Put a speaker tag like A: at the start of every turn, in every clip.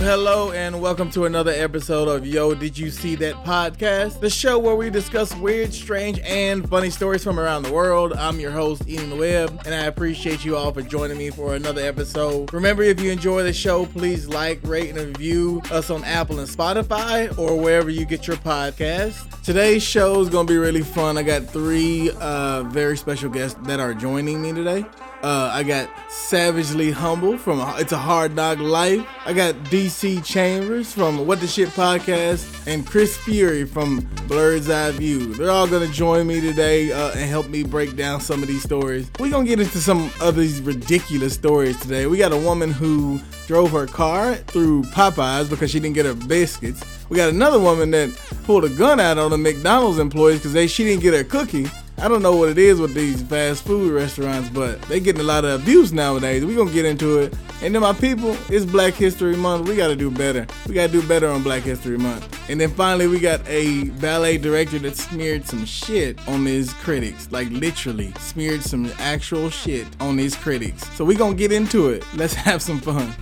A: hello, and welcome to another episode of Yo, Did You See That Podcast, the show where we discuss weird, strange, and funny stories from around the world. I'm your host, Ian Webb, and I appreciate you all for joining me for another episode. Remember, if you enjoy the show, please like, rate, and review us on Apple and Spotify or wherever you get your podcast. Today's show is going to be really fun. I got three uh, very special guests that are joining me today. Uh, I got Savagely Humble from It's a Hard Knock Life. I got DC Chambers from What the Shit Podcast and Chris Fury from Blurred's Eye View. They're all going to join me today uh, and help me break down some of these stories. We're going to get into some of these ridiculous stories today. We got a woman who drove her car through Popeyes because she didn't get her biscuits. We got another woman that pulled a gun out on the McDonald's employees because she didn't get her cookie. I don't know what it is with these fast food restaurants, but they getting a lot of abuse nowadays. we gonna get into it. And then my people, it's Black History Month. We gotta do better. We gotta do better on Black History Month. And then finally we got a ballet director that smeared some shit on his critics. Like literally smeared some actual shit on his critics. So we gonna get into it. Let's have some fun.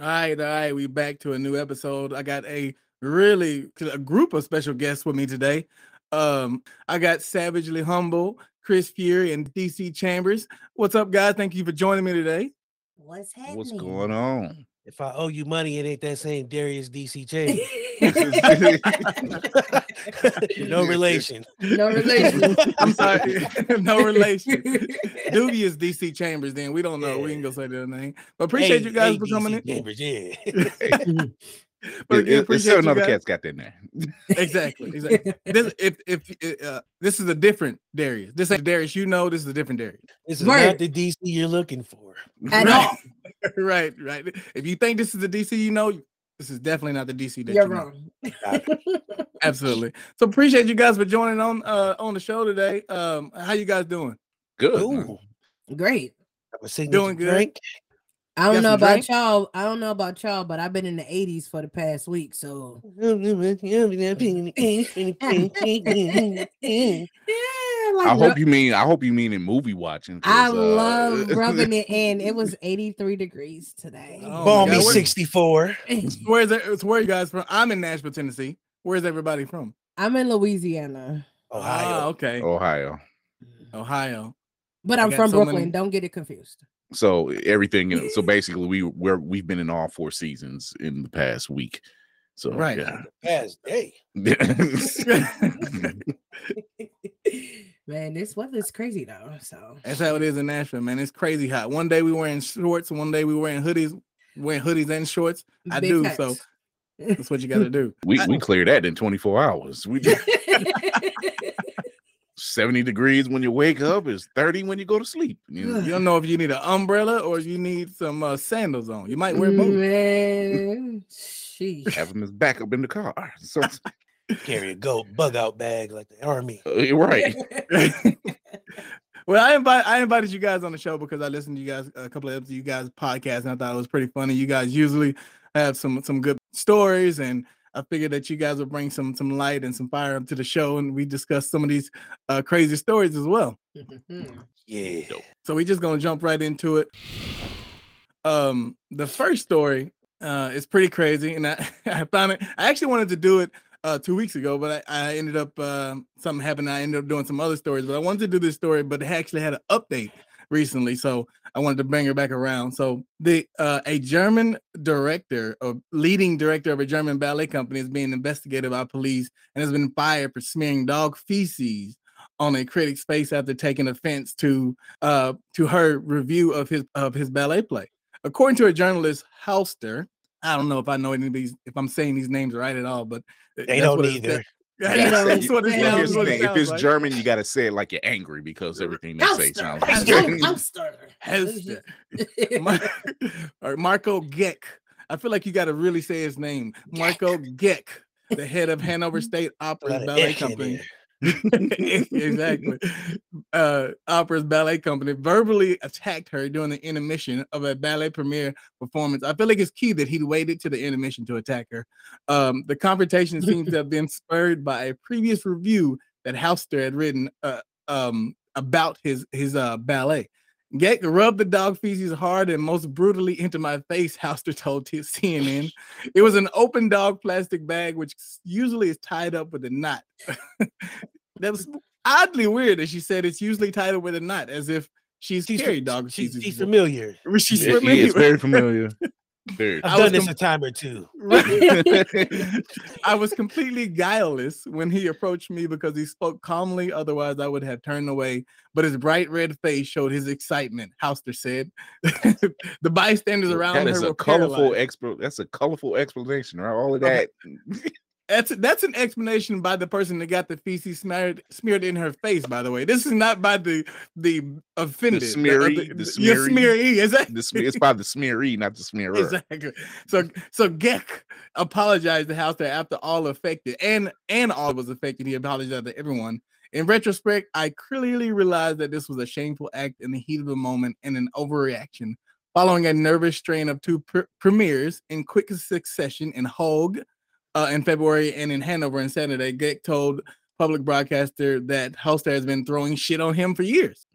A: All right, all right. We back to a new episode. I got a really a group of special guests with me today. Um, I got Savagely Humble, Chris Fury, and DC Chambers. What's up, guys? Thank you for joining me today.
B: What's happening?
C: What's going on?
D: If I owe you money, it ain't that same Darius DC Chambers. no relation.
B: no relation.
A: I'm sorry, no relation. Dubious DC Chambers, then we don't know. We ain't gonna say their name. But appreciate
D: Hey,
A: you guys
D: hey,
A: for
D: DC
A: coming in.
D: Chambers, yeah.
A: But again,
C: It- it- it's still
A: appreciate you
C: another
A: guys.
C: cat's got that name.
A: Exactly, exactly. This if if uh, this is a different Darius. This ain't Darius you know. This is a different Darius.
D: This is
B: Word.
D: not the DC you're looking for.
B: At
A: Right.
B: all.
A: right, right. If you think this is the DC, you know this is definitely not the DC that you
B: You're
A: know.
B: wrong.
A: Absolutely. So appreciate you guys for joining on uh on the show today. Um, how you guys doing?
C: Good. man.
D: Ooh,
B: Great.
D: I'm a signature
A: Doing good.
D: drink.
B: I
A: got
B: don't know
A: some
B: about
A: drink?
B: y'all. I don't know about y'all, but I've been in the 80s for the past week. So
A: Oh
B: yeah, like
C: I
B: ru-
C: hope you mean. I hope you mean in movie watching. 'cause,
B: I
C: uh,
B: love rubbing it in. It was 83 degrees today.
A: Oh
D: Ball
A: my
D: me
A: God, we're-
D: 64.
A: Where's that, it's where you guys from? I'm in Nashville, Tennessee. Where's everybody from?
B: I'm in Louisiana,
A: Ah,
D: Ohio.
A: okay.
C: Oh. Ohio.
B: Mm.
A: Ohio.
B: but
A: I
B: I'm
A: got
B: from
A: so
B: Brooklyn.
A: many-
B: Don't get it confused.
C: So e, everything. in- So basically, we we're, we've been in all four seasons in the past week. So
A: Right.
C: yeah.
D: Past day.
C: Mm-hmm.
B: Man, this weather's crazy though. So
A: That's how it is in Nashville, man. It's crazy hot. One day we were in shorts, one day we were in hoodies, wearing hoodies and shorts. I do, so-
B: facts.
A: That's what you gotta do.
C: we we clear that in 24 hours. We do 70 degrees when you wake up. It's 30 when you go to sleep. You know?
A: You don't know if you need an umbrella or you need some uh, sandals on. You might wear both.
B: Man, sheesh.
C: Have them as backup in the car. So
D: Carry a goat bug out bag like the army.
C: uh, right.
A: well, I invite I invited you guys on the show because I listened to you guys a couple of episodes of you guys' podcast and I thought it was pretty funny. You guys usually have some some good stories and I figured that you guys would bring some some light and some fire up to the show and we discuss some of these uh, crazy stories as well.
B: Mhm.
D: Yeah.
A: So we're just gonna jump right into it. Um, the first story uh is pretty crazy, and I, I found it. I actually wanted to do it uh two weeks ago, but I, I ended up uh, something happened. I ended up doing some other stories, but I wanted to do this story, but it actually had an update recently, so I wanted to bring her back around. So the uh a German director or leading director of a German ballet company is being investigated by police and has been fired for smearing dog feces on a critic's face after taking offense to uh, to her review of his of his ballet play. According to a journalist, Halster, I don't know if I know any of these, if I'm saying these names right at all, but th-
D: They
A: that's
D: don't
A: what it-
D: either.
A: that-
B: They don't.
A: that's what it
B: They
C: Well,
A: sounds-
C: here's the
A: what it
C: thing. If
A: sounds
C: it's
A: like.
C: German, you gotta say it like you're angry because everything they say sounds like
B: Hamster.
A: Halster.
B: Hamster. Hamster.
A: Mar- or Marco Geck. I feel like you got to really say his name, Marco Geck, the head of Hanover State
D: A lot
A: Opera's
D: of
A: ballet
D: ick in
A: company.
D: there.
A: exactly. Uh, opera's ballet company verbally attacked her during the intermission of a ballet premiere performance. I feel like it's key that he waited to the intermission to attack her. Um, the confrontation seems to have been spurred by a previous review that Houster had written uh, um, about his his uh, ballet. Get rubbed the dog feces hard and most brutally into my face, Houster told t- CNN. It was an open dog plastic bag, which usually is tied up with a knot. that was oddly weird that she said it's usually tied up with a knot, as if she's,
D: She's-
A: carried dog
D: She's,
A: feces.
D: she's
A: before.
D: familiar.
A: she's
C: Yeah, he is very familiar. Very.
A: I was
D: I've done this
A: gonna-
D: a time or two.
A: I was completely guileless when he approached me because he spoke calmly, otherwise, I would have turned away. But his bright red face showed his excitement, Houster said. the bystanders around
C: that
A: her
C: is
A: were
C: a colorful e
A: paralyzed.
C: expo. That's a colorful explanation, right? All of that.
A: That's that's an explanation by the person that got the feces smeared smeared in her face. By the way, this is not by the the offended.
C: smeary, the smeary.
A: smeary, is that
C: the smear, it's by the smearee, not the smearer.
A: exactly? So so Gek apologized to Houster after all affected, and and all was affected. He apologized to everyone. In retrospect, I clearly realized that this was a shameful act in the heat of the moment and an overreaction. Following a nervous strain of two pr- premieres in quick succession in Hogue uh, in February and in Hanover on Saturday, Gek told public broadcaster that Hoster has been throwing shit on him for years.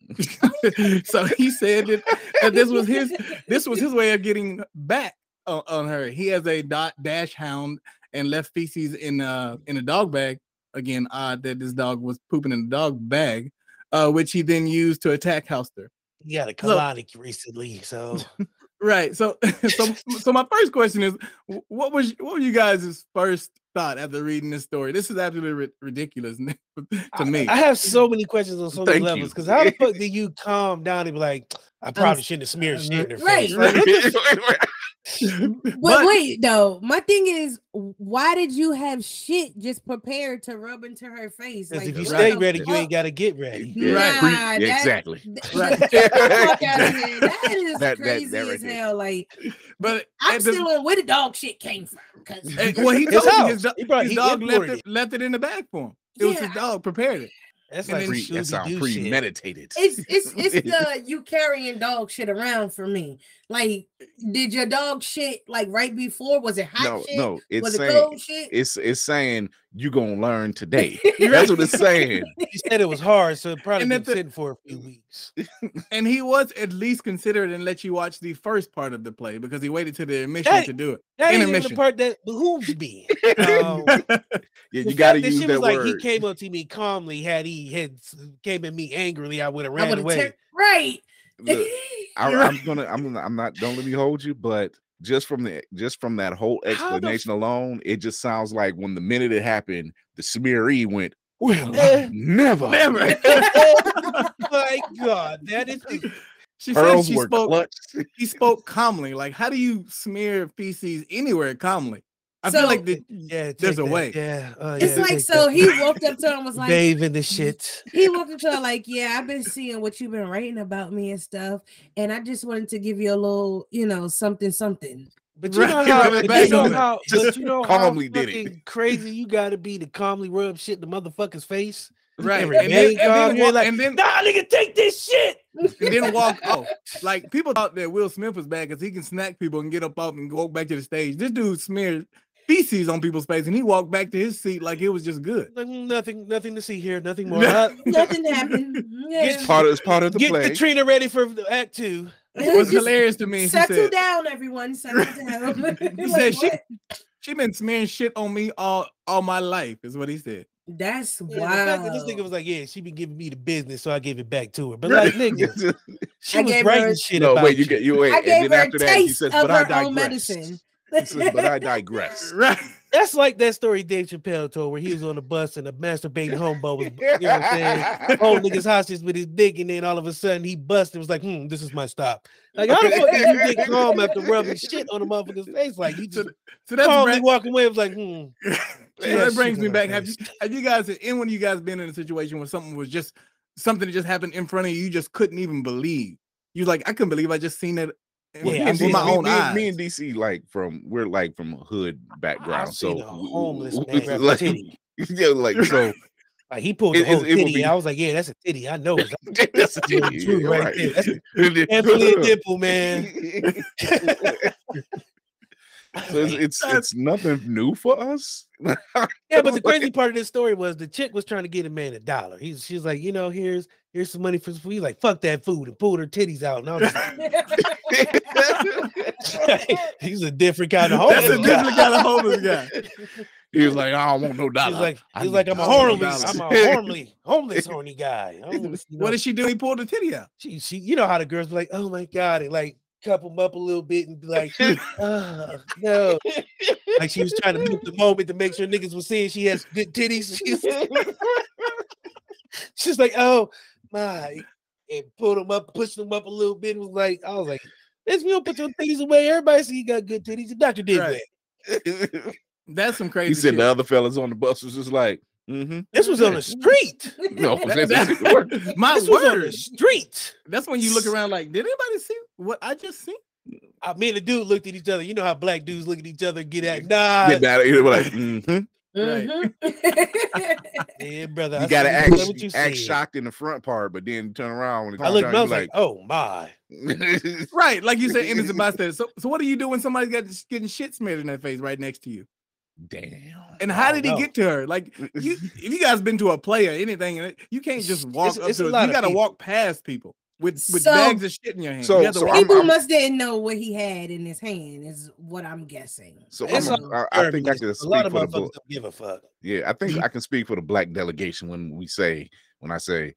A: so he said that, that this was his this was his way of getting back on, on her. He has a dot dash hound and left feces in uh in a dog bag. Again, odd that this dog was pooping in a dog bag, uh, which he then used to attack Houster.
D: He got a
A: Look.
D: colonic recently, so
A: Right. So, so, so my first question is, wh- what was what were you guys' first thought after reading this story? This is absolutely ri- ridiculous to
D: I-
A: me.
D: I have so many questions on so many
C: Thank
D: levels.
C: you.
D: Because how the fuck do you calm down and be like, I probably shouldn't have smeared shit in her
B: Right,
D: face?
B: right.
D: Like,
B: Wait,
A: But-
B: wait, though. My thing is, why did you have shit just prepared to rub into her face?
D: Because if you
B: what
D: stay
B: the
D: ready, you
B: fuck?
D: ain't gotta get ready.
C: Yeah, pre-
B: Nah,
C: yeah,
B: that-
C: exactly.
B: Th-
A: Right.
B: get the fuck outta here. That is
C: That- that-
B: crazy
C: that right
B: as
C: there.
B: hell. Like
A: but
B: I'm
A: at the-
B: still in where the dog shit came from. Cause
A: at- well, he
D: His
A: told you
D: house.
A: his, do-
D: He probably-
A: his
D: he
A: dog left
D: imported
A: it, left it in the bag for him. It was
B: Yeah,
A: his dog prepared it.
D: That's
A: And
D: like
A: then-
C: Pre- that sound
D: Scooby-Doo shit.
C: premeditated.
B: it's it's it's the you carrying dog shit around for me. Like, did your dog shit like right before? Was it hot
C: no,
B: shit?
C: no, it's
B: was it
C: saying
B: cold shit?
C: it's it's saying you gonna learn today. That's what it's saying.
D: He said it was hard, so it probably
A: And
D: been
A: that the-
D: sitting for a few weeks.
A: And he was at least considerate and let you watch the first part of the play because he waited to the admission
D: That-
A: to do it.
D: That ain't even the
A: Intermission.
D: part that behooves me.
C: yeah,
D: Um, the
C: you gotta
D: fact
C: use
D: she
C: that
D: was
C: word.
D: Like, he came up to me calmly. Had he had s- came at me angrily, I would have
B: I
D: ran
B: would
D: away.
B: have right.
C: Look, I,
A: You're right.
C: I'm gonna, I'm, I'm not. Don't let me hold you, but just from the, just from that whole
D: the f-
C: explanation alone, it just sounds like when the minute it happened, the smearee went. Well,
D: Eh.
C: never.
A: Never.
D: My God, that is
A: She said
C: Pearls
A: she
C: were
A: spoke.
C: clutch.
A: He spoke calmly. Like, how do you smear feces anywhere calmly? I feel
B: So-
A: like the,
D: yeah.
A: There's
D: take
A: a
D: that,
A: way.
D: Yeah, uh,
B: It's
D: yeah,
B: like
D: take
B: so.
D: that.
B: He walked up to her and was like,
D: bathe in the shit.
B: he walked up to her like, "Yeah, I've been seeing what you've been writing about me and stuff, and I just wanted to give you a little, you know, something, something."
D: But you know
A: Right,
D: how,
A: right,
D: but
A: back
D: you know
A: on it.
D: how, but
C: Just
D: you know
C: calmly
D: how
C: did it.
D: fucking crazy you gotta be to calmly rub shit in the motherfucker's face.
A: right,
D: Every
A: and then,
D: day,
A: and, then
D: dog, you're
A: wa-
D: like,
A: and then
D: Nah, nigga, take this shit.
A: and then walk off. Like people thought that Will Smith was bad because he can snack people and get up off and walk back to the stage. This dude smeared feces on people's face and he walked back to his seat like it was just good.
D: Like, mm, nothing, nothing to see here. Nothing more. Uh,
B: Nothing happened. Yeah.
C: It's part of it's part of the
D: get
C: play.
D: Katrina ready for the act two.
A: It was
B: Just
A: hilarious to me. She
B: Settle
A: said,
B: down, everyone. Settle down.
A: He
B: Like,
A: said she-
B: what?
A: she been smearing shit on me all all my life, is what he said.
B: That's
D: Yeah, the fact
B: wow.
D: that this nigga was like, yeah, she been giving me the business, so I gave it back to her. But like,
C: Right.
D: nigga, she
B: I
D: was
B: gave her-
D: writing shit
C: no,
D: about
C: wait, you get you wait,
B: I
C: and
B: gave
C: then
B: her a
C: after that, he
B: taste
C: says,
B: of
C: "But I
B: her own
C: digress."
B: medicine.
C: He says, "But I digress."
A: Right.
D: That's like that story Dave Chappelle told, where he was on the bus and a masturbating hobo was, you know what I'm saying, Oh, holding niggas hostage with his dick, and then all of a sudden he busted. Was like, hmm, this is my stop. Like, how the fuck did you get calm after rubbing shit on a motherfucker's face? Like, you
A: So
D: just
A: So that's
D: calmly
A: bra-
D: walking away. Was like, hmm.
A: so
D: Yeah,
A: that
D: she
A: brings me
D: gonna
A: back. Have you
D: face.
A: have you guys any one of you guys been in a situation where something was just something that just happened in front of you, you just couldn't even believe? You like, I couldn't believe I just seen it in-
D: Yeah,
A: in-
D: I've
A: with
D: seen
A: my
D: it.
A: own
C: me,
A: eyes.
C: me and DC like from we're like from hood background,
D: seen
C: so
D: a homeless
C: w- w-
D: man grab a
C: like,
D: titty.
C: yeah, like so.
D: Like he pulled
C: It-
D: the whole
C: it- it would
D: titty.
C: be-
D: I was like, yeah, that's a titty. I know. It's
C: That's a
D: Yeah,
C: titty,
D: true,
C: yeah,
D: right
C: right.
D: there. That's
C: It-
D: definitely a nipple, man.
C: So it's, it's it's nothing new for us.
D: Yeah, but the crazy part of this story was the chick was trying to get a man a dollar. He's she's like, you know, here's here's some money for some food. He's like, fuck that food and pulled her titties out. And I was like, he's a different kind of
A: That's a
D: homeless. guy.
A: different kind of homeless guy.
C: he was like, I don't want no dollar.
D: He's like,
C: I
D: he's
C: need
D: like, I'm a
C: dollar."
D: homeless, I'm a homely, homeless, horny guy. I don't wanna see no
A: What did she do? He pulled the titty out.
D: she, she, you know how the girls be like, oh my god, and like cup them up a little bit and be like, oh no, like she was trying to milk the moment to make sure niggas was seeing she has good titties. She's, she's like, oh my, and pulled them up, pushed them up a little bit. Was like, I was like, bitch, we don't put your titties away. Everybody see you got good titties. The doctor did
A: Right.
D: that.
A: That's some crazy
C: he said
A: shit.
C: the other fellas on the bus was just like, mm-hmm.
D: This was on the street.
C: No, that's, that's the word.
A: That- My
D: This was on the
A: word.
D: street.
A: That's when you look around like, did anybody see what I just seen?
D: I, me and the dude looked at each other. You know how black dudes look at each other and get at nah.
C: Get that- he was like, mhm.
A: Right.
B: Mm-hmm.
D: Yeah, brother.
C: You gotta
D: see
C: act,
D: what you
C: act
D: said.
C: shocked in the front part, but then turn around when it's
D: I looked and I
C: time,
D: was
C: you
D: like, oh my.
C: like,
A: Right, like you said, innocent bystander. So, so what do you do when somebody's got getting shit smeared in their face right next to you?
D: "Oh."
C: damn.
A: And how
D: don't
A: did he
D: know.
A: get to her? Like, you, if you guys been to a play or anything, and it- you can't just walk
D: it's-
A: up
D: it's a
A: to it.
D: lot
A: You
D: of
A: got to
D: people.
A: walk past people with with
B: So-
A: bags of shit in your hand.
C: so-
A: you have to
C: so
A: walk
C: I'm-
B: People
C: I'm-
B: must didn't know what he had in his hand, is what I'm guessing.
C: So
D: It's
C: I'm a,
D: all
C: I, I think I
D: Serbians.
C: can
D: a lot
C: speak
D: of
C: for the
D: motherfuckers
C: book.
D: don't give a fuck.
C: Yeah, I think I can speak for the black delegation when we say when I say,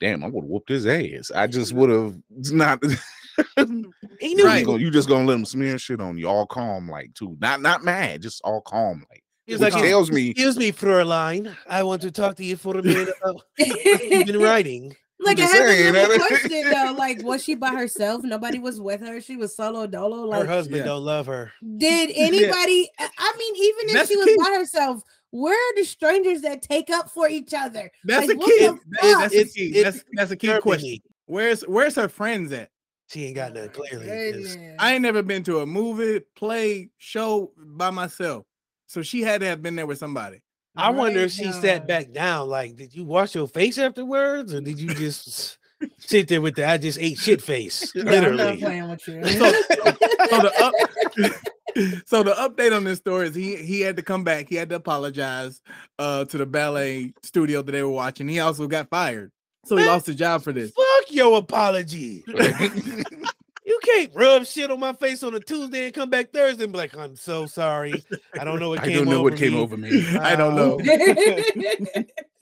C: "Damn, I would have whooped his ass." I just would have not.
D: He
C: you,
D: knew
A: Right.
D: right.
C: gonna, you just gonna let him smear shit on you, all calm like too, not not mad, just all calm like.
D: he was
C: which
D: like, "Oh,
A: calm.
D: "Hey,
C: tells me,
D: excuse me, Fraulein. I want to talk to you for a minute about what you've been writing.
B: Like I
C: just
B: have
C: saying,
B: another
C: that-
B: question though. Like, was she by herself? Nobody was with her. She was solo dolo.
D: Her
B: Like,
D: husband
A: yeah.
D: don't love her.
B: did anybody? I- I mean, even if
A: That's
B: she
A: the
B: was
A: key.
B: by herself, where are the strangers that take up for each other?
A: That's
B: Like,
A: a
B: what
A: key.
B: the
A: That is-
B: fuck?
A: that's a
D: It's-
A: key.
D: it's
A: That's that's a key
D: Germany.
A: question. Where's where's her friends at?
D: She ain't got nothing clearly. It's-
B: Goodness.
A: I ain't never been to a movie, play, show by myself. So she had to have been there with somebody.
D: I wonder
B: Right
D: if she
B: now.
D: sat back down. Like, did you wash your face afterwards, or did you just sit there with the "I just ate shit" face?
B: No, I'm not
D: Literally,
B: playing with you.
A: So, so the up, so the update on this story is he he had to come back. He had to apologize uh, to the ballet studio that they were watching. He also got fired, so he lost his job for this.
D: fuck your apology. You can't rub shit on my face on a Tuesday and come back Thursday and be like, "I'm so sorry. I don't know what
C: I
D: came
C: don't know what
D: over
C: came
D: me.
C: over me.
A: I don't know.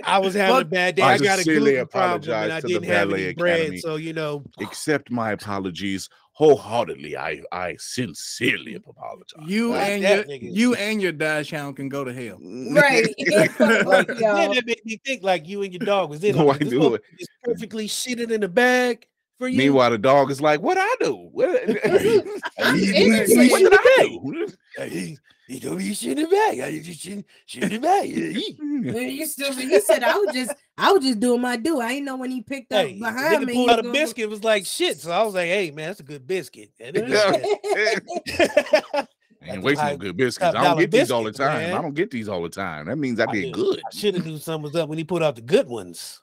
D: I was having a
A: Fuck.
D: bad day.
C: I
D: I, got a
C: sincerely
D: gluten problem
C: apologize
D: and I
C: to the
D: didn't have
C: Ballet
D: any bread,
C: Academy.
D: so you know.
C: Accept my apologies wholeheartedly. I I sincerely apologize.
A: You
D: Fuck
A: and your
D: that nigga.
A: you and your dash hound can go to hell.
B: right. Fuck
D: Then
B: y'all.
D: that made me think like you and your dog was in.
C: No,
D: on
C: I
D: it. This
C: knew
D: motherfucker
C: it.
D: is perfectly shitted in the bag for you.
C: Meanwhile, the dog is like, "What I do? What,
B: I'm
C: what
B: innocent.
C: did I do?"
D: he, he told me shit in the bag. I just shit, shit in the bag.
B: You still, he said, I was just, I was just doing my due. I ain't know when he picked up
D: Hey,
B: behind
D: nigga
B: me.
D: pulled out a
B: gonna-
D: biscuit was like shit. So I was like, hey man, that's a good biscuit. That is
C: Yeah.
D: good.
C: Ain't wasting no
D: I-
C: good biscuits. I
D: dollar
C: don't get these all the
D: biscuits,
C: time.
D: man.
C: I don't get these all the time. That means I
D: I
C: did
D: do.
C: good.
D: I should have knew something was up when he pulled out the good ones.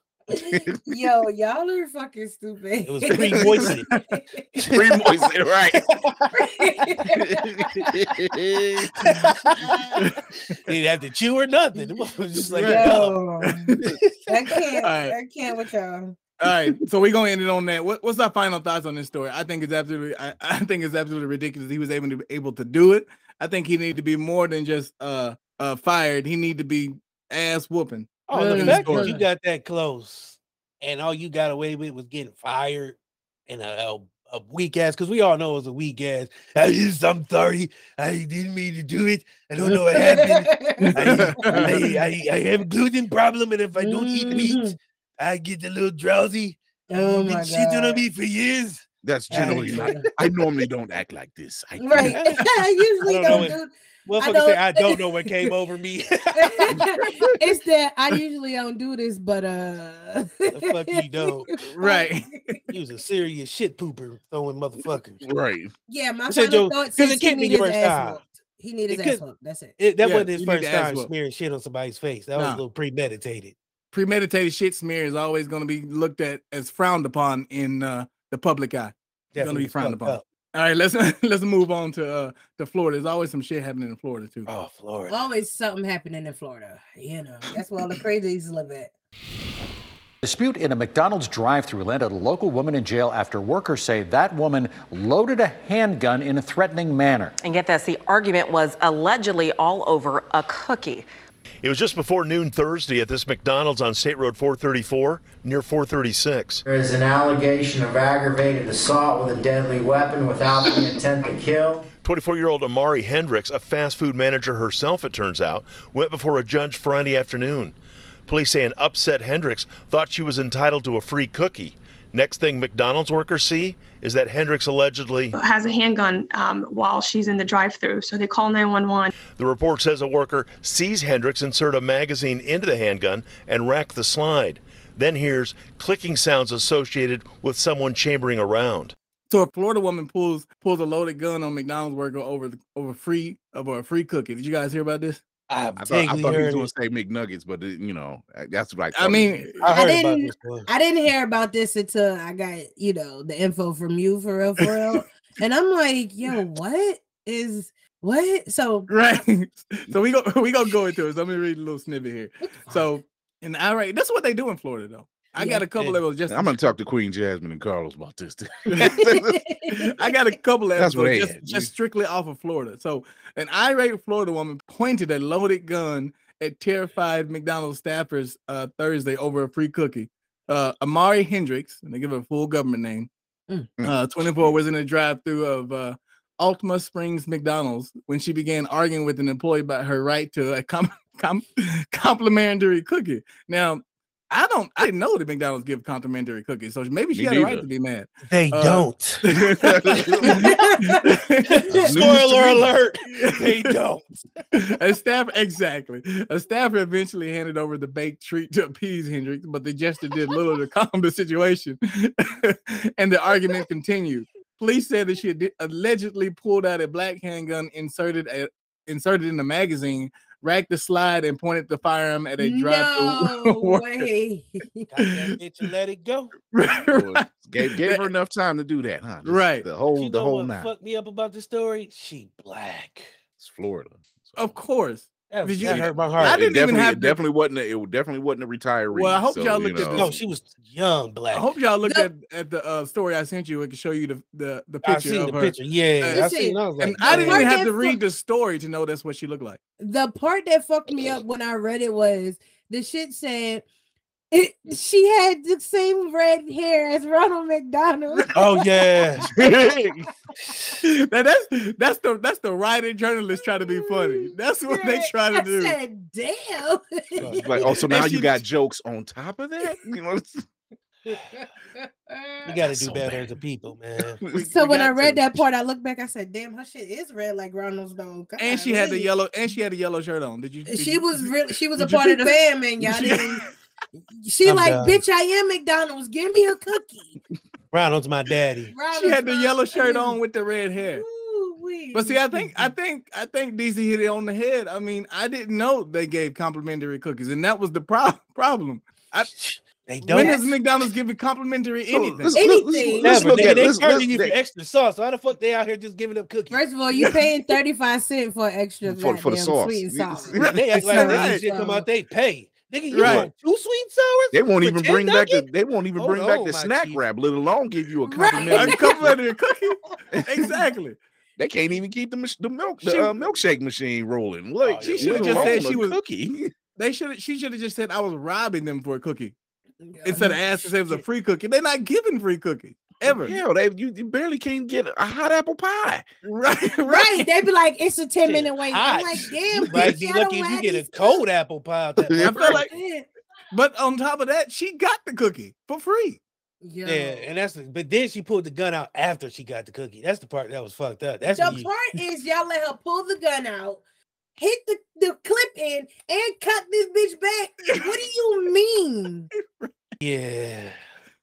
B: Yo, y'all are fucking stupid.
D: It was pre-moistened.
C: Three moist, right?
D: Didn't have to chew or nothing. The motherfucker was just like,
A: Right.
D: "Yo."
B: Yo, I can't.
A: Alright.
B: I can't with y'all.
A: All right, so we're gonna end it on that. What, what's our final thoughts on this story? I think it's absolutely, I, I think it's absolutely ridiculous. He was able to able to do it. I think he needed to be more than just uh uh fired. He needed to be ass whooping.
D: oh, the
A: Mm.
D: fact that
A: Story.
D: you got that close, and all you got away with was getting fired, and a, a, a weak ass. Because we all know it was a weak ass. I just, I'm sorry. I didn't mean to do it. I don't know what happened. I, I, I, I have a gluten problem, and if I don't eat meat,
B: Mhm.
D: I get a little drowsy.
B: Oh
D: You've been
B: my
D: shitting on
B: god.
D: me for years.
C: That's generally not. I normally don't act like this. I
B: Right. I usually
D: I don't know
B: don't,
D: if-
B: do
D: Motherfucker say,
B: don't-
D: I don't know what came over me.
B: it's that I usually don't do this, but uh
D: the fuck you don't.
A: right.
D: He was a serious shit pooper throwing motherfuckers.
C: right.
B: Yeah, my
D: You said
B: final
D: your-
B: thoughts
D: 'cause
B: is
D: it
B: he
D: can't be
B: need his
D: your first
B: ass
D: time.
B: whooped. He need his
D: It
B: ass
D: could-
B: whooped. That's it.
D: It- that
A: Yeah,
D: wasn't his
A: you need
D: first
A: to ask
D: time
A: what-
D: smearing shit on somebody's face. That was
A: Nah.
D: a little premeditated.
A: premeditated shit smear is always going to be looked at as frowned upon in uh, the public eye. You're gonna be frowned
D: fucked
A: upon.
D: up.
A: All right, let's let's move on to uh, to Florida. There's always some shit happening in Florida too.
D: Oh, Florida.
B: Always something happening in Florida. You know, that's where all the crazies live at.
E: Dispute in a McDonald's drive through landed a local woman in jail after workers say that woman loaded a handgun in a threatening manner.
F: And get this, the argument was allegedly all over a cookie.
G: It was just before noon Thursday at this McDonald's on State Road 434 near 436.
H: There is an allegation of aggravated assault with a deadly weapon without the intent to kill.
G: 24 year old Amari Hendricks, a fast food manager herself, it turns out, went before a judge Friday afternoon. Police say an upset Hendricks thought she was entitled to a free cookie. Next thing McDonald's workers see is that Hendricks allegedly.
I: has a handgun um, while she's in the drive-through. So they call 911.
G: The report says a worker sees Hendricks insert a magazine into the handgun and rack the slide, then hears clicking sounds associated with someone chambering around.
A: So a Florida woman pulls pulls a loaded gun on McDonald's worker over the, over free over a free cookie. Did you guys hear about this?
D: I've
C: I thought, I
D: vaguely
C: thought he was
D: heard.
C: going
D: it.
C: to say McNuggets, but uh, you know uh, that's what I.
A: I
C: thought he
A: mean,
C: said.
D: I heard about
B: didn't-
D: this one.
B: I didn't hear about this until I got, you know, the info from you for real, for real. and I'm like, yo, what is what? So
A: Right. so we go we gonna go into it. So let me read a little snippet here. So and all right, that's what they do in Florida though. I
B: Yeah.
A: got a couple of those just
C: I'm going to talk to Queen Jasmine and Carlos about this.
A: I got a couple of
C: That's
A: episodes
C: what they
A: just,
C: had.
A: just strictly off of Florida. So, an irate Florida woman pointed a loaded gun at terrified McDonald's staffers uh, Thursday over a free cookie. Uh, Amari Hendricks, and they give her a full government name,
B: Mm.
A: uh, 24, was in a drive through of uh, Altima Springs McDonald's when she began arguing with an employee about her right to a com- com- complimentary cookie. Now, I don't, I know that McDonald's give complimentary cookies, so maybe she
C: Me
A: had a right
C: neither.
A: to be mad.
D: They
A: Uh,
D: don't.
A: Spoiler
D: Spoiler alert. They don't.
A: a staff exactly. A staffer eventually handed over the baked treat to appease Hendrix, but the gesture did little to calm the situation, and the argument continued. Police said that she had allegedly pulled out a black handgun inserted a, inserted in the magazine, racked the slide, and pointed the firearm at a drive-through.
B: no
A: worker.
B: way.
D: Goddamn bitch, you let it go.
A: Right.
C: gave, gave her enough time to do that, huh? Just
A: Right.
C: The
D: you
C: whole the
D: know
C: whole
D: what
C: nine.
D: fucked me up about the story? She black.
C: It's Florida.
A: Of course.
D: That,
A: Did you-
D: that hurt my
A: I
D: heart.
C: It
A: didn't even
C: definitely-
A: have
C: It
A: to-
C: definitely wasn't. A, it definitely wasn't a retiree.
A: Well, I hope
C: so,
A: y'all
C: you
A: looked at
C: know.
D: No, she was young black.
A: I hope y'all looked
B: No.
A: at, at the uh, story I sent you. It can show you the the, the
D: I
A: picture
D: seen
A: of
D: the
A: her.
D: picture. Yeah,
A: Uh,
D: I seen. I was like,
A: And I didn't even
B: Mark
A: have to
B: that
A: read
B: fuck-
A: the story to know that's what she looked like.
B: the part that fucked me up when I read it was the shit said it, she had the same red hair as Ronald McDonald.
D: oh yeah.
A: now that's that's the that's the writer journalist trying to be funny. That's what they
B: Shit,
A: try
B: I
A: to do.
B: said, damn.
D: Right.
C: like, oh, so now
A: And
C: you
A: she-
C: got jokes on top of that? You know, it's-
D: We gotta
C: That's
D: do
C: so
D: better
C: bad.
D: as a people, man.
A: We-
B: So
A: we
B: when I
A: got
B: read
A: to.
B: that part, I looked back. I said, "Damn, her shit is red like Ronald's dog."
A: and she had the
B: Golly.
A: yellow and she had a yellow shirt on. Did you? did
B: She
A: you-
B: was really. She was a
A: Did you
B: part of the
A: pick that-
B: fam, and y'all
A: Did
B: didn't. She
D: I'm
B: like,
D: done.
B: bitch, I am McDonald's. Give me a cookie.
D: Ronald's my daddy.
A: She
B: Ronald's
A: had the
B: not-
A: yellow shirt on with the red hair.
B: Ooh-wee.
A: But see, I think I think I think DC hit it on the head. I mean, I didn't know they gave complimentary cookies, and that was the pro- problem.
D: They don't.
A: When is McDonald's giving complimentary
C: So
A: anything?
C: let's- let's- let's-
B: Anything.
C: Let's
D: Never.
C: look
D: They,
C: at
D: they
C: let's- let's-
D: charging you for
C: they-
D: extra sauce. Why the fuck they out here just giving up cookies?
B: First of all, you paying thirty five cent for extra
C: For- for the
B: goddamn
C: sauce.
B: sweet and sour.
C: Right.
D: They act
A: Right.
D: like when
A: Right.
D: this shit come out, they pay. Nigga, you
A: Right.
D: want two sweet and sours?
C: They won't even
D: Pretend
C: bring back the.
D: nugget?
C: They won't even
A: Oh,
D: Hold
C: bring back
D: on,
C: the
D: my
C: snack
D: G.
C: wrap. Let alone give you a
B: Right.
A: a
C: complimentary.
A: complimentary cookie? Exactly.
C: They can't even keep the mach- the milk
A: She- Oh,
C: the uh, milkshake machine rolling. Look,
D: she
C: let
D: should've just
C: alone
A: said
C: a
A: she was-
C: cookie.
A: They should. She should have just said I was robbing them for a cookie
B: Yeah.
A: instead of asking if it was a free cookie. They're not giving free cookie ever.
C: Hell, they you, you barely can't get a hot apple pie.
A: Right.
B: Right, they'd be like, "It's a ten
D: Shit,
B: minute wait."
D: hot.
B: I'm like, "Damn,
D: You might
B: bitch,
D: be
B: I
D: lucky
B: don't
D: if you
B: have
D: get a
B: these-
D: cold apple pie. Out that
A: I
D: motherfucker.
A: feel like.
B: Yeah.
A: But on top of that, she got the cookie for free.
B: Yo.
D: yeah, and that's the- but then she pulled the gun out after she got the cookie. That's the part that was fucked up. That's when
B: the
D: you-
B: part is y'all let her pull the gun out, hit the, the clip in, and cut this bitch back. What do you mean?
D: yeah.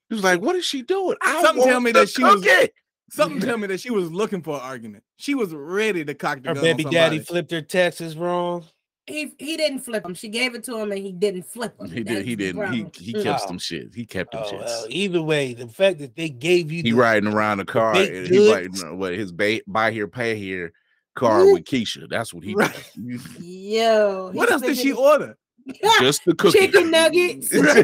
C: He was like, "What is she doing?" I
A: Something
C: want
A: tell me
C: the
A: that she was-
C: cookie!"
A: Something tell me that she was looking for an argument. She was ready to cock the
D: Her
A: gun.
D: baby
A: on
D: daddy
A: somebody.
D: flipped her taxes wrong.
B: he he didn't flip him. She gave it to him, and he didn't flip him.
C: He did.
B: That's
C: He
B: the
C: didn't. He
B: problem.
C: he
B: Mm.
C: kept
D: Oh.
C: some shit. He kept them
D: Oh,
C: shits.
D: well, either way, the fact that they gave you
C: he
D: the-
C: riding around the car.
D: baked
C: and He like
D: goods.
C: no, what his ba- buy here pay here car with Keisha. That's what he did.
D: Right.
C: You-
B: Yo,
A: What
B: he
A: else did she
B: figured-
A: order?
C: just the cookie.
B: Chicken nuggets.
C: you know,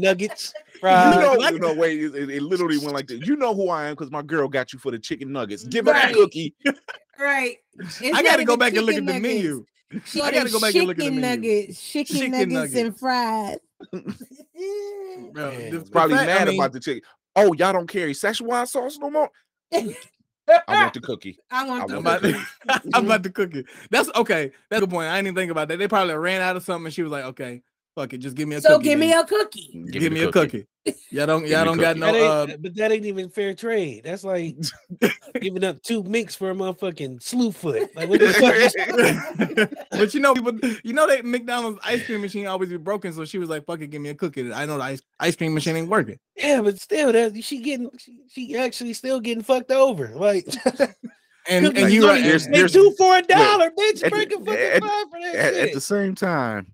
D: nuggets, fries.
C: you know, wait, it, it- it literally went like this. You know who I am because my girl got you for the chicken nuggets. Give her
B: Right.
C: that cookie.
B: right?
A: I gotta go back and look at the menu.
B: She
A: I gotta go back and
B: chicken
A: look at the menu.
B: nuggets, chicken,
A: Chicken
B: nuggets, and
A: nuggets.
B: fries.
A: Bro,
D: Man,
A: the-
D: it's
A: the
C: Probably
A: fact- I
C: mad
A: mean,
C: about the chicken. Oh, y'all don't carry Szechuan sauce no more. I want the cookie.
B: I want
C: I
B: the
A: I'm about,
C: want
B: cookie.
A: I'm about to cook it. That's okay. That's a good point. I didn't even think about that. They probably ran out of something. And she was like, "Okay, fuck it, just give me a
B: So
A: cookie."
B: give me
A: then.
B: a cookie.
A: give, me a cookie. Y'all don't
C: Give
A: y'all
C: me
A: don't got
C: cookie.
A: no.
D: That
A: Uh,
D: ain't- but that ain't even fair trade. That's like giving up two minks for a motherfucking slew foot. Like what the fuck? is-
A: but you know, people, you know that McDonald's ice cream machine always be broken. So she was like, "Fuck it, give me a cookie." I know the ice ice cream machine ain't working.
D: yeah, but still, that she getting she, she actually still getting fucked over. Like
A: And
D: Cookies
A: and you
D: don't
A: right.
D: even
C: There's-
D: make two for a dollar, bitch.
C: at
D: Break
C: the-
D: a fucking
C: at-
D: five for that
C: at,
D: shit.
C: at the same time,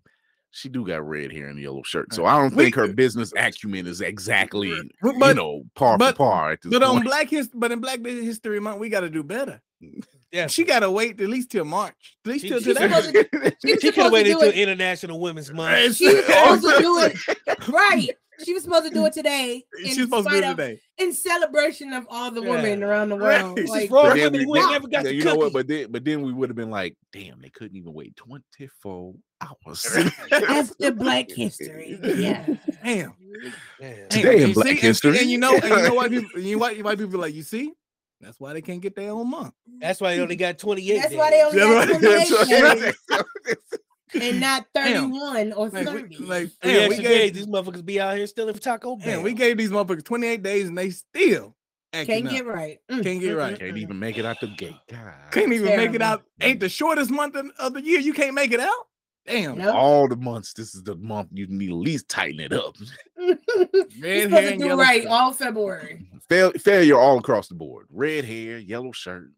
C: she do got red hair and yellow shirt, so I don't
A: Uh, We-
C: think her business acumen is exactly you
A: But-
C: know par
A: but-
C: for par at this
A: But on
C: point.
A: Black His, but in Black History Month, we got to do better.
D: Yeah.
A: She got to wait at least till March. At least
D: She-
A: till
D: she
A: today.
B: supposed to- She was
D: She could have
B: supposed
D: waited
B: to do
D: until
B: it.
D: International Women's
A: Right.
D: Month.
B: She was supposed to do it right. She was supposed to do it today. In
A: She's supposed to do
B: spite
A: it
B: of-
A: today.
B: in celebration of all the women
D: Yeah.
B: around the
A: Right.
B: world.
A: This is
B: Like,
D: wrong.
C: But
D: Or
C: then
D: women
C: we
D: who
C: would-
D: ain't never got
C: then
D: the
C: you know what?
D: cookie.
C: But then, but then we would have been like, damn, they couldn't even wait 24 hours.
B: That's the Black History. Yeah.
A: Damn.
D: Yeah.
A: Damn,
C: Today in
A: you
C: Black
A: see? And-
C: History.
A: And you know, and you know why people, you why, why people be like, you see, that's why they can't get their own month.
D: That's why they only got 28.
B: That's why they
D: days.
B: only
A: Yeah,
B: got
A: right.
B: 28 days
C: That's-
B: and not
A: Damn.
B: 31 or
A: Like,
B: 30.
A: we, like
D: Three
A: damn, we
D: extra days,
A: gave,
D: these motherfuckers be out here stealing Taco Bell.
A: damn, we gave these motherfuckers 28 days and they still acting
B: Can't
A: up.
B: get right. Mm,
A: Can't get
B: mm,
A: right.
B: mm,
C: Can't
B: mm.
C: even make it out the gate. God.
A: Can't even make it
B: Terrible.
A: out. Ain't the shortest month in- of the year. You can't make it out. Damn.
B: No.
C: All the months, this is the month you need to at least tighten it up.
B: You're
A: Red
B: supposed
A: hair
B: to
A: and
B: do
A: yellow.
B: right
A: shirt.
B: all February.
C: Fail, failure all across the board. Red hair, yellow shirt.
A: Them,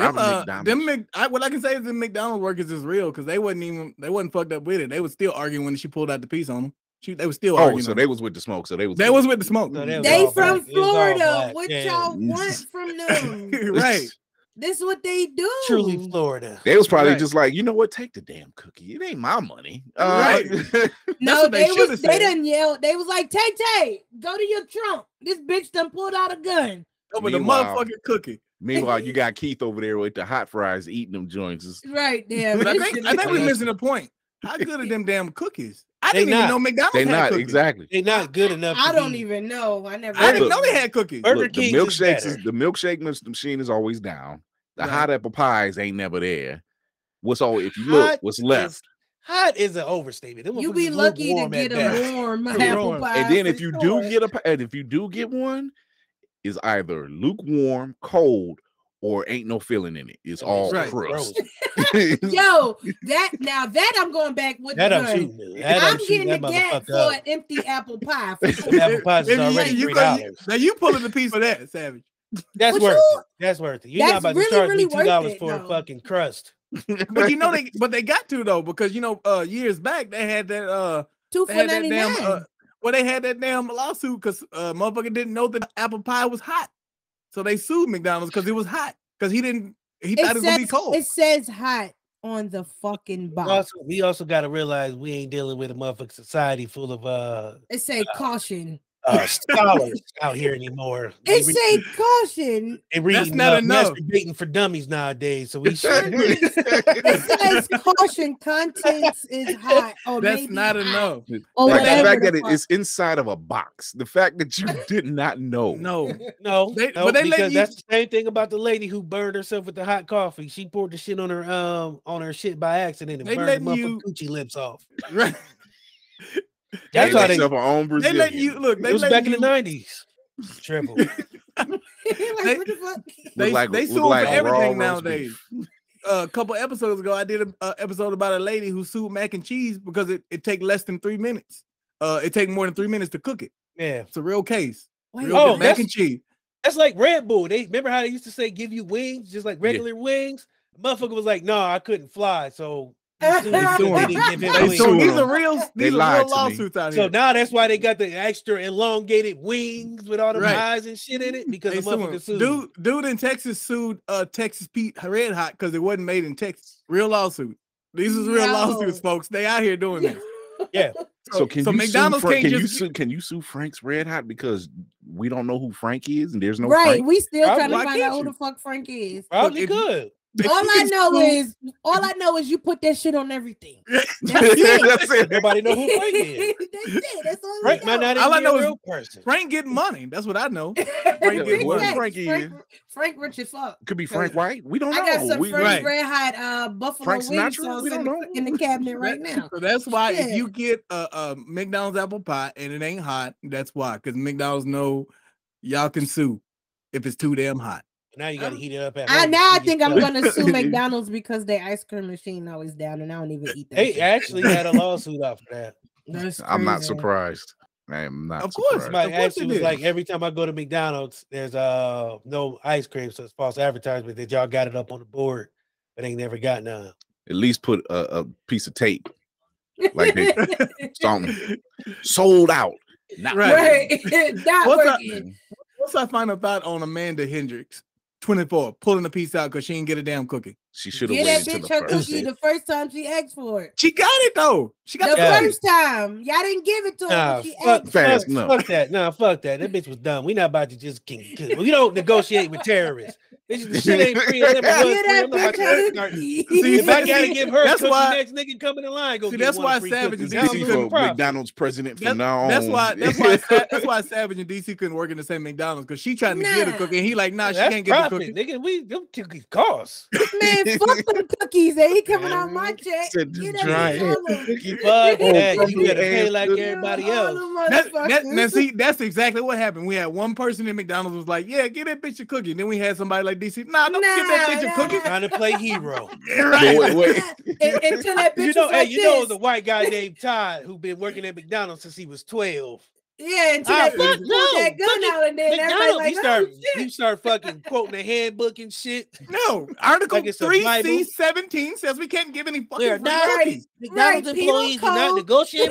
C: Ronald
A: uh,
C: McDonald.
A: them Mc, I, what I can say is the McDonald's workers is real because they wasn't even they wasn't fucked up with it. They was still arguing when she pulled out the piece on them. She, they was still
C: oh,
A: arguing.
C: so
A: on
C: they was with the smoke. So they was
A: it. they
C: good.
A: was with the smoke.
D: So they was
B: They
D: all black.
B: from
D: It was all
B: Florida.
D: black.
B: What
D: Yeah.
B: y'all want from them?
A: right.
B: This is what they do.
D: Truly Florida.
C: They was probably
A: Right.
C: just like, you know what? Take the damn cookie. It ain't my money. Uh,
A: Right.
B: No,
A: what they
B: they
A: shoulda
B: was
A: said.
B: they done yelled. They was like, Tay Tay, go to your trunk. This bitch done pulled out a gun.
A: Over the
C: Meanwhile-
A: motherfucking cookie.
C: Meanwhile, you got Keith over there with the hot fries eating them joints. It's-
B: Right there.
A: But I
B: This
A: think
B: shit
A: I think
B: is-
A: we're missing a point. How good are them damn cookies? I
D: They
A: didn't even
D: not.
A: know McDonald's
C: They
A: had
C: not
A: cookies.
C: exactly.
D: They not good enough.
B: I
D: to
B: don't
D: be-
B: even know. I never.
A: I didn't
C: Look.
A: know they had cookies.
D: Burger
C: Look, the
D: King's is
C: milkshakes
D: better.
C: is the milkshake mis- machine is always down. The
A: Right.
C: hot apple pies ain't never there. What's all if you
D: Hot
C: look, what's left?
D: It's- Hot is an overstatement. Them
B: You
D: motherfuckers
B: be
D: is
B: lucky to
D: lukewarm at
B: get
D: best.
B: a warm
A: You're
B: apple
A: wrong.
B: pie.
C: And then
B: for
C: if you do
B: sure.
C: get a pa- and if you do
A: Mm-hmm.
C: get one, is either lukewarm, cold, or ain't no feeling in it. It's
D: That
C: all
D: bitch
A: Right.
C: crust.
D: gross.
B: yo, that now that I'm going back with
D: That
B: the
D: I'm
B: gun.
D: shooting. it. That
B: I'm
D: I'm shooting
B: getting
D: that
B: a gap
D: motherfucker
B: for
D: up.
B: an empty apple pie. For sure.
D: The apple pies is
A: If you-
D: already
A: you
D: three
A: gonna-
D: dollars.
A: Now you pulling the piece for that, Savage.
D: That's
B: Would
D: worth
B: you-
D: it. That's worth it. You're not
B: That's
D: about to
B: really,
D: charge
B: really
D: me
B: worth
D: two dollars
B: it,
D: for a
B: though.
D: fucking crust.
A: But you know they but they got to though, because you know, uh years back they had that uh
B: Two
A: they
B: for
A: had that
B: ninety
A: damn uh,
B: nine.
A: well they had that damn lawsuit because uh motherfucker didn't know that apple pie was hot. So they sued McDonald's because it was hot. Because he didn't he thought it was gonna be cold.
B: It says hot on the fucking
D: We
B: box.
D: also, we also got to realize we ain't dealing with a motherfucking society full of uh,
B: It say caution.
D: uh scholars out here anymore. They
B: It
D: read-
B: say caution.
D: they reading
A: not
D: uh,
A: enough.
D: masturbating for dummies nowadays. So we should.
B: It says caution. Contents is hot. Or
A: That's
B: maybe
A: not
B: hot, Oh,
A: enough.
B: Or
C: Like, the
B: whatever
C: fact
B: the
C: that it
B: fuck.
C: is inside of a box, the fact that you did not know.
A: No.
D: No,
A: They-
D: no,
A: but they let
D: because
A: you-
D: that's the same thing about the lady who burned herself with the hot coffee. She poured the shit on her um on her shit by accident and
A: They
D: burned
A: letting
D: the motherfucking
A: you-
D: coochie lips off.
A: Right.
D: That's
C: They
D: how
C: let
D: they.
C: yourself
D: It
C: a own
A: They let you
C: Brazilian.
A: look, they
D: was
A: let
D: back
A: you,
D: in the nineties. Triple.
B: like,
A: they-
B: what the fuck?
A: They,
C: Look like-
A: they
C: look
A: sue 'em
C: like
A: for
C: raw
A: everything
C: roast
A: nowadays. Uh, a couple episodes ago, I did a, a episode about a lady who sued mac and cheese because it, it take less than three minutes. Uh, it take more than three minutes to cook it.
D: Yeah,
A: It's a real case.
B: Wait,
A: Real
D: Oh,
A: good mac
D: that's-
A: and cheese.
D: that's like Red Bull. They remember how they used to say give you wings, just like regular wings. The motherfucker was like, no, I couldn't fly, so They sued us,
A: suing
D: they
A: him.
D: didn't give him
A: They
D: a
A: suing
D: wing.
A: him. these are real,
C: They
A: these are
C: lied
A: real
C: to me.
A: lawsuits out
D: So
A: here.
D: now that's why they got the extra elongated wings with all the
A: Right.
D: eyes and shit in it because
A: They
D: the
A: suing him.
D: motherfucker sued.
A: dude, dude in Texas sued uh Texas Pete Red Hot because it wasn't made in Texas. Real lawsuit. These is real
B: No.
A: lawsuits, folks. They out here doing this.
D: Yeah.
C: So can
A: so
C: you
A: McDonald's
C: sue Frank,
A: can't
C: can you
A: just-
C: sue can you sue Frank's Red Hot because we don't know who Frank is and there's no
B: right,
C: Frank?
B: we still
D: Why-
B: trying to
A: why
B: find out
A: can't
B: who
A: you?
B: the fuck Frank is.
D: Probably
A: if you-
D: could.
A: If
B: All
A: you
B: I
A: can
B: know
A: sue-
B: is, all I know is you put that shit on everything.
C: That's it.
D: Nobody know
B: That's
D: who Frank is.
B: it. That's all. we
D: Frank might not even
A: All I
D: be a
A: know is-
D: real person.
A: Frank getting money. That's what I know.
B: Frank,
A: is what
B: Frank,
C: Frank is.
B: Frank, Frank rich as fuck.
C: Could be Frank White. We don't
B: I got
C: know.
B: some
C: We,
B: Frank's
A: right.
B: red hot uh, buffalo
C: Frank
B: wings
C: Sinatra?
B: sauce
C: We
B: in,
C: don't
B: the-
C: know.
B: in the cabinet right
A: That-
B: now.
A: So that's why if
B: Shit.
A: you get a, a McDonald's apple pie and it ain't hot, that's why. Because McDonald's know y'all can sue if it's too damn hot.
D: Now you gotta heat it up. At
B: I
D: home
B: now I
D: before you
B: think
D: get
B: I'm
D: done.
B: gonna sue McDonald's because their ice cream machine always down and I don't even eat that.
D: They
B: shit.
D: actually had a lawsuit off of that.
B: That's
C: I'm not
B: crazy.
C: surprised. I am not.
A: Of course,
C: surprised.
A: Mike.
D: Somebody
A: course
D: actually
A: it
D: was
A: is.
D: like, every time I go to McDonald's, there's uh no ice cream, so it's false advertisement that y'all got it up on the board, but ain't never got none.
C: At least put a, a piece of tape like they something sold out. Not
A: Right.
B: Right. not
A: What's up?
B: working.
A: Once I find out on Amanda Hendricks, 24, pulling a piece out because she didn't get a damn cookie.
C: She should have
B: Get that
C: waited till
B: bitch
C: the
B: her
C: first.
B: cookie
C: day.
B: the first time she asked for it.
A: She got it though. She
B: The
A: got
D: Yeah.
B: first time. Y'all didn't give it to her. when
D: Nah,
B: she
D: fuck,
B: asked
C: Fast
B: first.
C: enough.
D: fuck that. Nah, fuck that. That bitch was dumb. We not about to just get killed. We don't negotiate with terrorists. This the shit ain't free.
B: Get
D: It never was free.
B: that
D: I'm not about
B: bitch
D: to
B: her
D: start.
B: cookie.
A: See,
D: If I gotta give her
A: That's
D: that's cookie,
A: why-
D: next nigga coming in line, go
A: See,
D: get
A: that's
D: one
A: why
D: free
A: Savage
D: cookie.
A: is
D: Now I'm
A: DC
C: DC
D: losing
C: for
D: profit.
C: McDonald's president from
A: That-
C: now on.
A: That's why. That's why. Sa- that's why Savage and DC couldn't work in the same McDonald's because she trying to get a
B: Nah.
A: cookie and he like, nah, she
D: That's
A: can't get
D: profit,
A: the cookie.
D: nigga. We them cookies cost.
B: Man, fuck them cookies. They ain't coming out my check.
C: Said
B: Get
C: just
B: that
C: dry
B: bitch all of-
D: Fuck that. You
C: cookie
D: better pay
C: ass
D: like
C: cookie.
D: everybody
B: all
D: else.
B: the
A: That, that, now,
B: motherfuckers.
A: see, that's exactly what happened. We had one person in McDonald's was like, "Yeah, get that bitch a cookie." Then we had somebody like DC, "Nah, don't get that
B: Nah,
A: bitch
B: nah.
A: a cookie."
D: Trying to play hero.
C: So
A: Right.
C: wait, wait.
B: And- Until that bitch
D: you know,
B: was
D: hey,
B: like
D: you know
B: this.
D: the white guy named Todd who been working at McDonald's since he was twelve.
B: yeah, until
D: Ah,
B: that bitch
D: fuck
B: pulled that
D: no.
B: gun out and then everybody
D: McDonald's,
B: like,
D: he start
B: oh,
D: he
B: shit.
D: start fucking quoting the handbook and shit.
A: No, Article
D: Like it's a
A: three C
D: Bible.
A: seventeen says we can't give any
D: We are
A: fucking free
D: not
A: cookies.
D: McDonald's
B: Right, penal
D: employees do not
B: code.
D: negotiate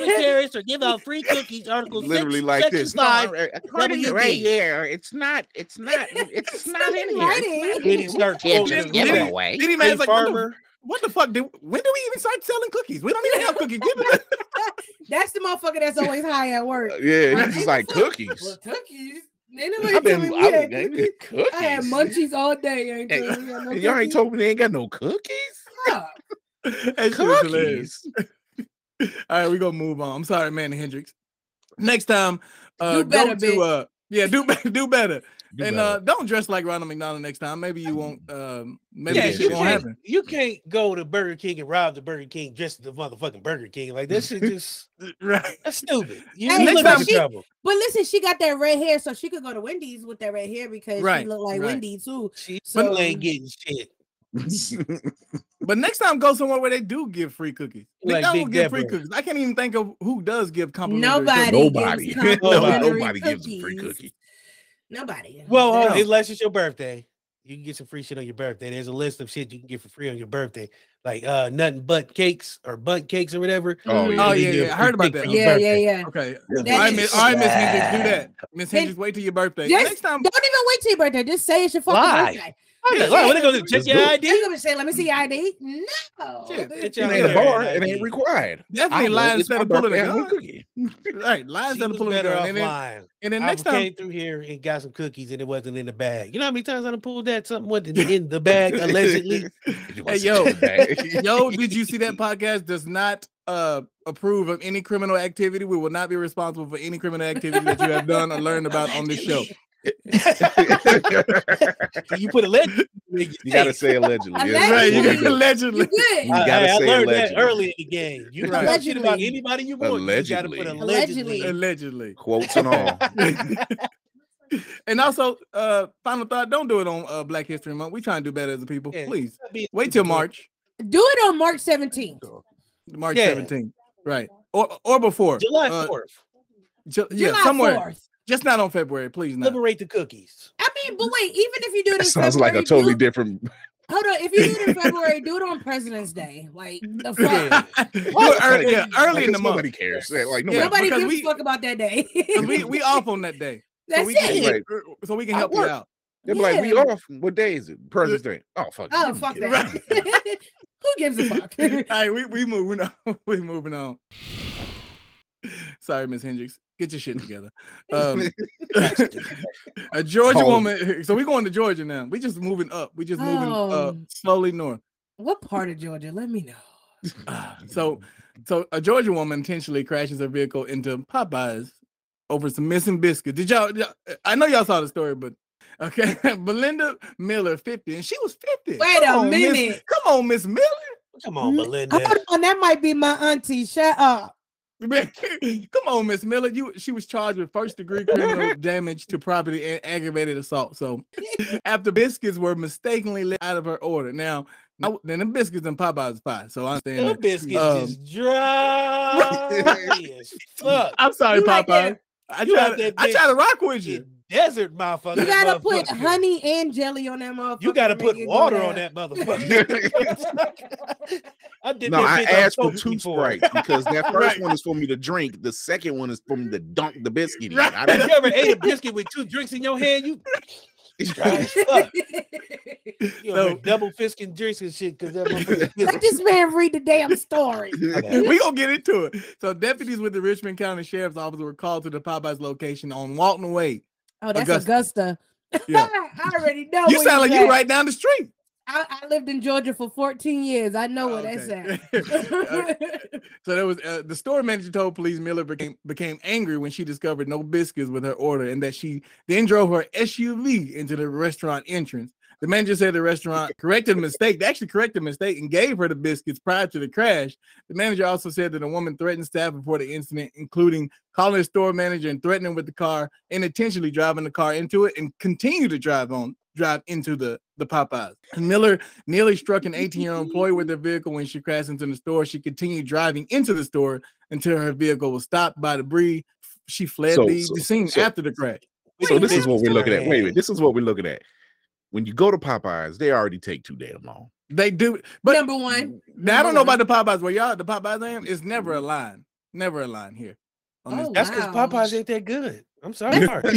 D: with terrorists or give out free cookies. Article
C: literally
D: six,
C: like
D: section
C: this. No,
D: Five.
C: I- I- according to
D: WD.
C: right here, it's not. It's not. It's not in here.
B: writing.
C: It's not in
D: Then
C: here.
D: he
C: Can't
D: start quoting
A: just
C: just
A: give
D: the
A: it
C: give it
D: handbook.
C: away.
A: Then he man's
D: Hey,
A: like, what the,
D: farmer.
A: what the fuck? Did, when do we even start selling cookies? We don't even have cookies. Give it up.
B: That's the motherfucker that's always high at work.
C: Uh, Yeah, it's just like
B: Well,
C: cookies.
B: cookies. Ain't nobody
C: I've been,
B: telling me
C: I've
B: we had
C: been getting
B: cookies.
C: cookies.
B: I had munchies all day. Ain't
C: Hey,
B: telling me I had no
C: Y'all ain't
B: cookies.
C: told me they ain't got no cookies.
B: Fuck.
A: That shit was hilarious.
C: Cookies.
A: All right, we gonna move on. I'm sorry, Amanda Hendricks. Next time, uh,
B: Do
A: go
B: better,
A: to
B: bitch.
A: uh, yeah, do be- do better,
C: You
A: and uh,
C: better.
A: don't dress like Ronald McDonald next time. Maybe you won't. Um, maybe
D: Yeah,
A: this
D: you
A: shit won't
D: can't,
A: happen.
D: you can't go to Burger King and rob the Burger King dressed as the motherfucking Burger King. Like this shit just
A: Right.
D: that's stupid. You
B: Hey,
D: you
A: next
D: look
A: time
D: in
B: she-
D: trouble.
B: But listen, she got that red hair, so she could go to Wendy's with that red hair because
A: Right,
B: she looked like
A: right.
B: Wendy too.
D: She
B: So-
D: still ain't getting shit.
A: But next time, go somewhere where they do give free cookies.
D: Like
A: McDonald's
D: Big
A: give free
D: Dipper.
A: cookies. I can't even think of who does give complimentary. cookies.
B: Nobody.
C: nobody.
B: gives
C: nobody,
B: complimentary
C: nobody gives a free
B: cookies.
C: cookie.
B: Nobody.
D: Well,
A: Yeah.
D: uh, unless it's your birthday, you can get some free shit on your birthday. There's a list of shit you can get for free on your birthday, like uh nothing but cakes or bunt cakes or whatever.
C: Oh,
D: They
C: yeah.
A: Oh,
D: give
A: yeah,
D: you a
A: yeah. I
D: free
A: heard about
D: cake
A: that.
D: for your
B: Mm. Yeah, yeah,
D: birthday.
B: yeah.
A: Okay.
B: That
A: All right,
B: is
A: Miss, all right, Miss Hendricks, do that. Miss
B: Then-
A: Hendricks, wait till your birthday.
B: Yes,
A: next time,
B: Don't even wait till your birthday. Just say it's your fucking
D: Why?
B: birthday.
D: Oh, yeah, why, what they gonna do, check
C: Let's
D: your
C: do it.
D: ID?
B: You're gonna say, "Let me see your ID." No.
A: Shit,
D: Get
C: It
D: your
C: ain't a
D: hair
C: bar.
D: out
C: It
D: of
C: ain't
D: here.
C: required.
A: definitely
C: will.
A: lie
C: It's
A: instead
C: my
A: of pulling a
C: birthday. I
A: gun.
C: want cookie.
A: Right, lie
D: She
A: instead of
D: was
A: pulling a
D: better
A: gun.
D: off
A: And then,
D: lying.
A: and then
D: I
A: next time,
D: came through here and got some cookies and it wasn't in the bag. You know how many times I done pulled that something wasn't in the bag allegedly?
C: It
A: Hey,
C: wasn't
A: yo.
C: in the bag.
A: yo, did you see that podcast does not uh approve of any criminal activity? We will not be responsible for any criminal activity that you have done or learned about on this show.
D: you put a legend.
C: you gotta say allegedly. That's
A: Right, you
C: what we
A: can
C: do.
A: allegedly.
B: You good?
C: You gotta
D: I, I
C: say
D: learned that
C: allegedly.
D: early in the game. You can talk shit about
B: Allegedly.
D: anybody you want. You just gotta put
C: Allegedly.
D: allegedly.
A: Allegedly.
C: Quotes and all.
A: and also, uh, final thought: don't do it on uh, Black History Month. We try and do better as a people.
D: Yeah.
A: Please
D: Be-
A: wait till March,
B: Do it on March 17th.
A: March
D: Yeah.
A: seventeenth, right, or or before
D: July
A: Uh,
D: 4th.
A: Ju- yeah,
B: July
A: somewhere,
B: 4th.
A: just not on February, please. Not.
D: Liberate the cookies.
B: I mean, but wait, even if you do it,
C: That
B: in
C: sounds like a
B: February,
C: totally
B: do-
C: different
B: Hold on, if you do it in February, do it on President's Day. Like the fuck,
A: Well, early, yeah, early
C: Like,
A: in the
C: it's
A: month.
C: Nobody cares. Yeah, Like
A: Yeah,
C: nobody.
B: nobody
A: because
B: gives
A: we-
B: a fuck about that day.
A: 'Cause we we off on that day.
B: That's
A: so we
B: it.
A: Can, so we can
C: I
A: help you
C: work.
A: out.
C: They're like, we
B: Yeah.
C: off. What day is it? President's Day. Oh fuck. it.
B: Oh
C: Give me
B: fuck
C: a
B: that.
C: kiss.
B: Who gives a fuck?
A: All right, we we moving on. we moving on. Sorry, Miss Hendricks. Get your shit together. Um, a Georgia
C: Cold.
A: woman. So we're going to Georgia now. We just moving up. We just moving uh,
B: Oh.
A: slowly north.
B: what part of Georgia? Let me know.
A: So, so a Georgia woman intentionally crashes her vehicle into Popeyes over some missing biscuits. Did y'all? y'all- I know y'all saw the story, but okay. Belinda Miller, fifty, and she was fifty.
B: Wait
A: Come
B: a
A: on, Miss-
B: minute.
A: Come on, Miss Miller.
D: Come
B: Mm,
D: on, Belinda.
B: Hold on, that might be my auntie. Shut up.
A: Come on, Miss Miller. You she was charged with first degree criminal damage to property and aggravated assault. So after biscuits were mistakenly let out of her order. Now, now then the biscuits and Popeyes pie. So I understand.
D: Your
A: that.
D: biscuits
A: Um,
D: is dry as fuck.
A: I'm sorry,
D: You like
A: Popeyes.
D: that-
A: I
D: you
A: try,
D: like
A: to,
D: that
A: I try to rock with
D: you
A: you.
D: desert motherfucker.
B: You gotta put
D: motherfucker.
B: honey and jelly on that motherfucker.
D: You gotta
B: to
D: put
B: make it go
D: water
B: down.
D: on that motherfucker. I did
C: No,
D: that
C: I
D: bitch on
C: asked for
D: Coke
C: two
D: before.
C: Sprite because that first
A: Right.
C: one is for me to drink. The second one is for me to dunk the biscuit. in.
A: Right.
C: I
D: Have
C: don't,
D: you ever ate a biscuit with two drinks in your hand? You dry as fuck. You
A: So-
D: know, double fisking drinks and shit because that motherfucker.
B: Let this man read the damn story.
A: we gonna get into it. So deputies with the Richmond County Sheriff's Office were called to the Popeyes location on Walton Way.
B: Oh, that's
A: Augusta.
B: Augusta.
A: Yeah.
B: I already know.
A: you
B: Oh, where
A: sound like
B: at.
A: you right down the street. Oh,
B: I, I lived in Georgia for 14 years. I know Oh, where that's
A: Okay.
B: at.
A: So there was uh, the store manager told police Miller became became angry when she discovered no biscuits with her order and that she then drove her SUV into the restaurant entrance. The manager said the restaurant corrected a mistake. They actually corrected a mistake and gave her the biscuits prior to the crash. The manager also said that the woman threatened staff before the incident, including calling the store manager and threatening with the car and intentionally driving the car into it and continue to drive on drive into the the Popeyes. Miller nearly struck an 18 year old employee with her vehicle when she crashed into the store. She continued driving into the store until her vehicle was stopped by debris. She fled
C: So-
A: the,
C: so-
A: the scene
C: so-
A: after the crash.
C: so this is
D: Biscuits
C: what we're
D: in
C: looking
D: her
C: at. Wait a
D: hand.
C: minute. This is what we're looking at. When you go to Popeyes, they already take too damn long.
A: They do, but
B: Number one. Mm-hmm.
A: now I don't know
B: number
A: about the Popeyes. Where y'all, at the Popeyes I am, it's never a line, never a line here. on this-
B: Oh,
D: That's because
B: Wow.
D: Popeyes ain't that good. I'm sorry.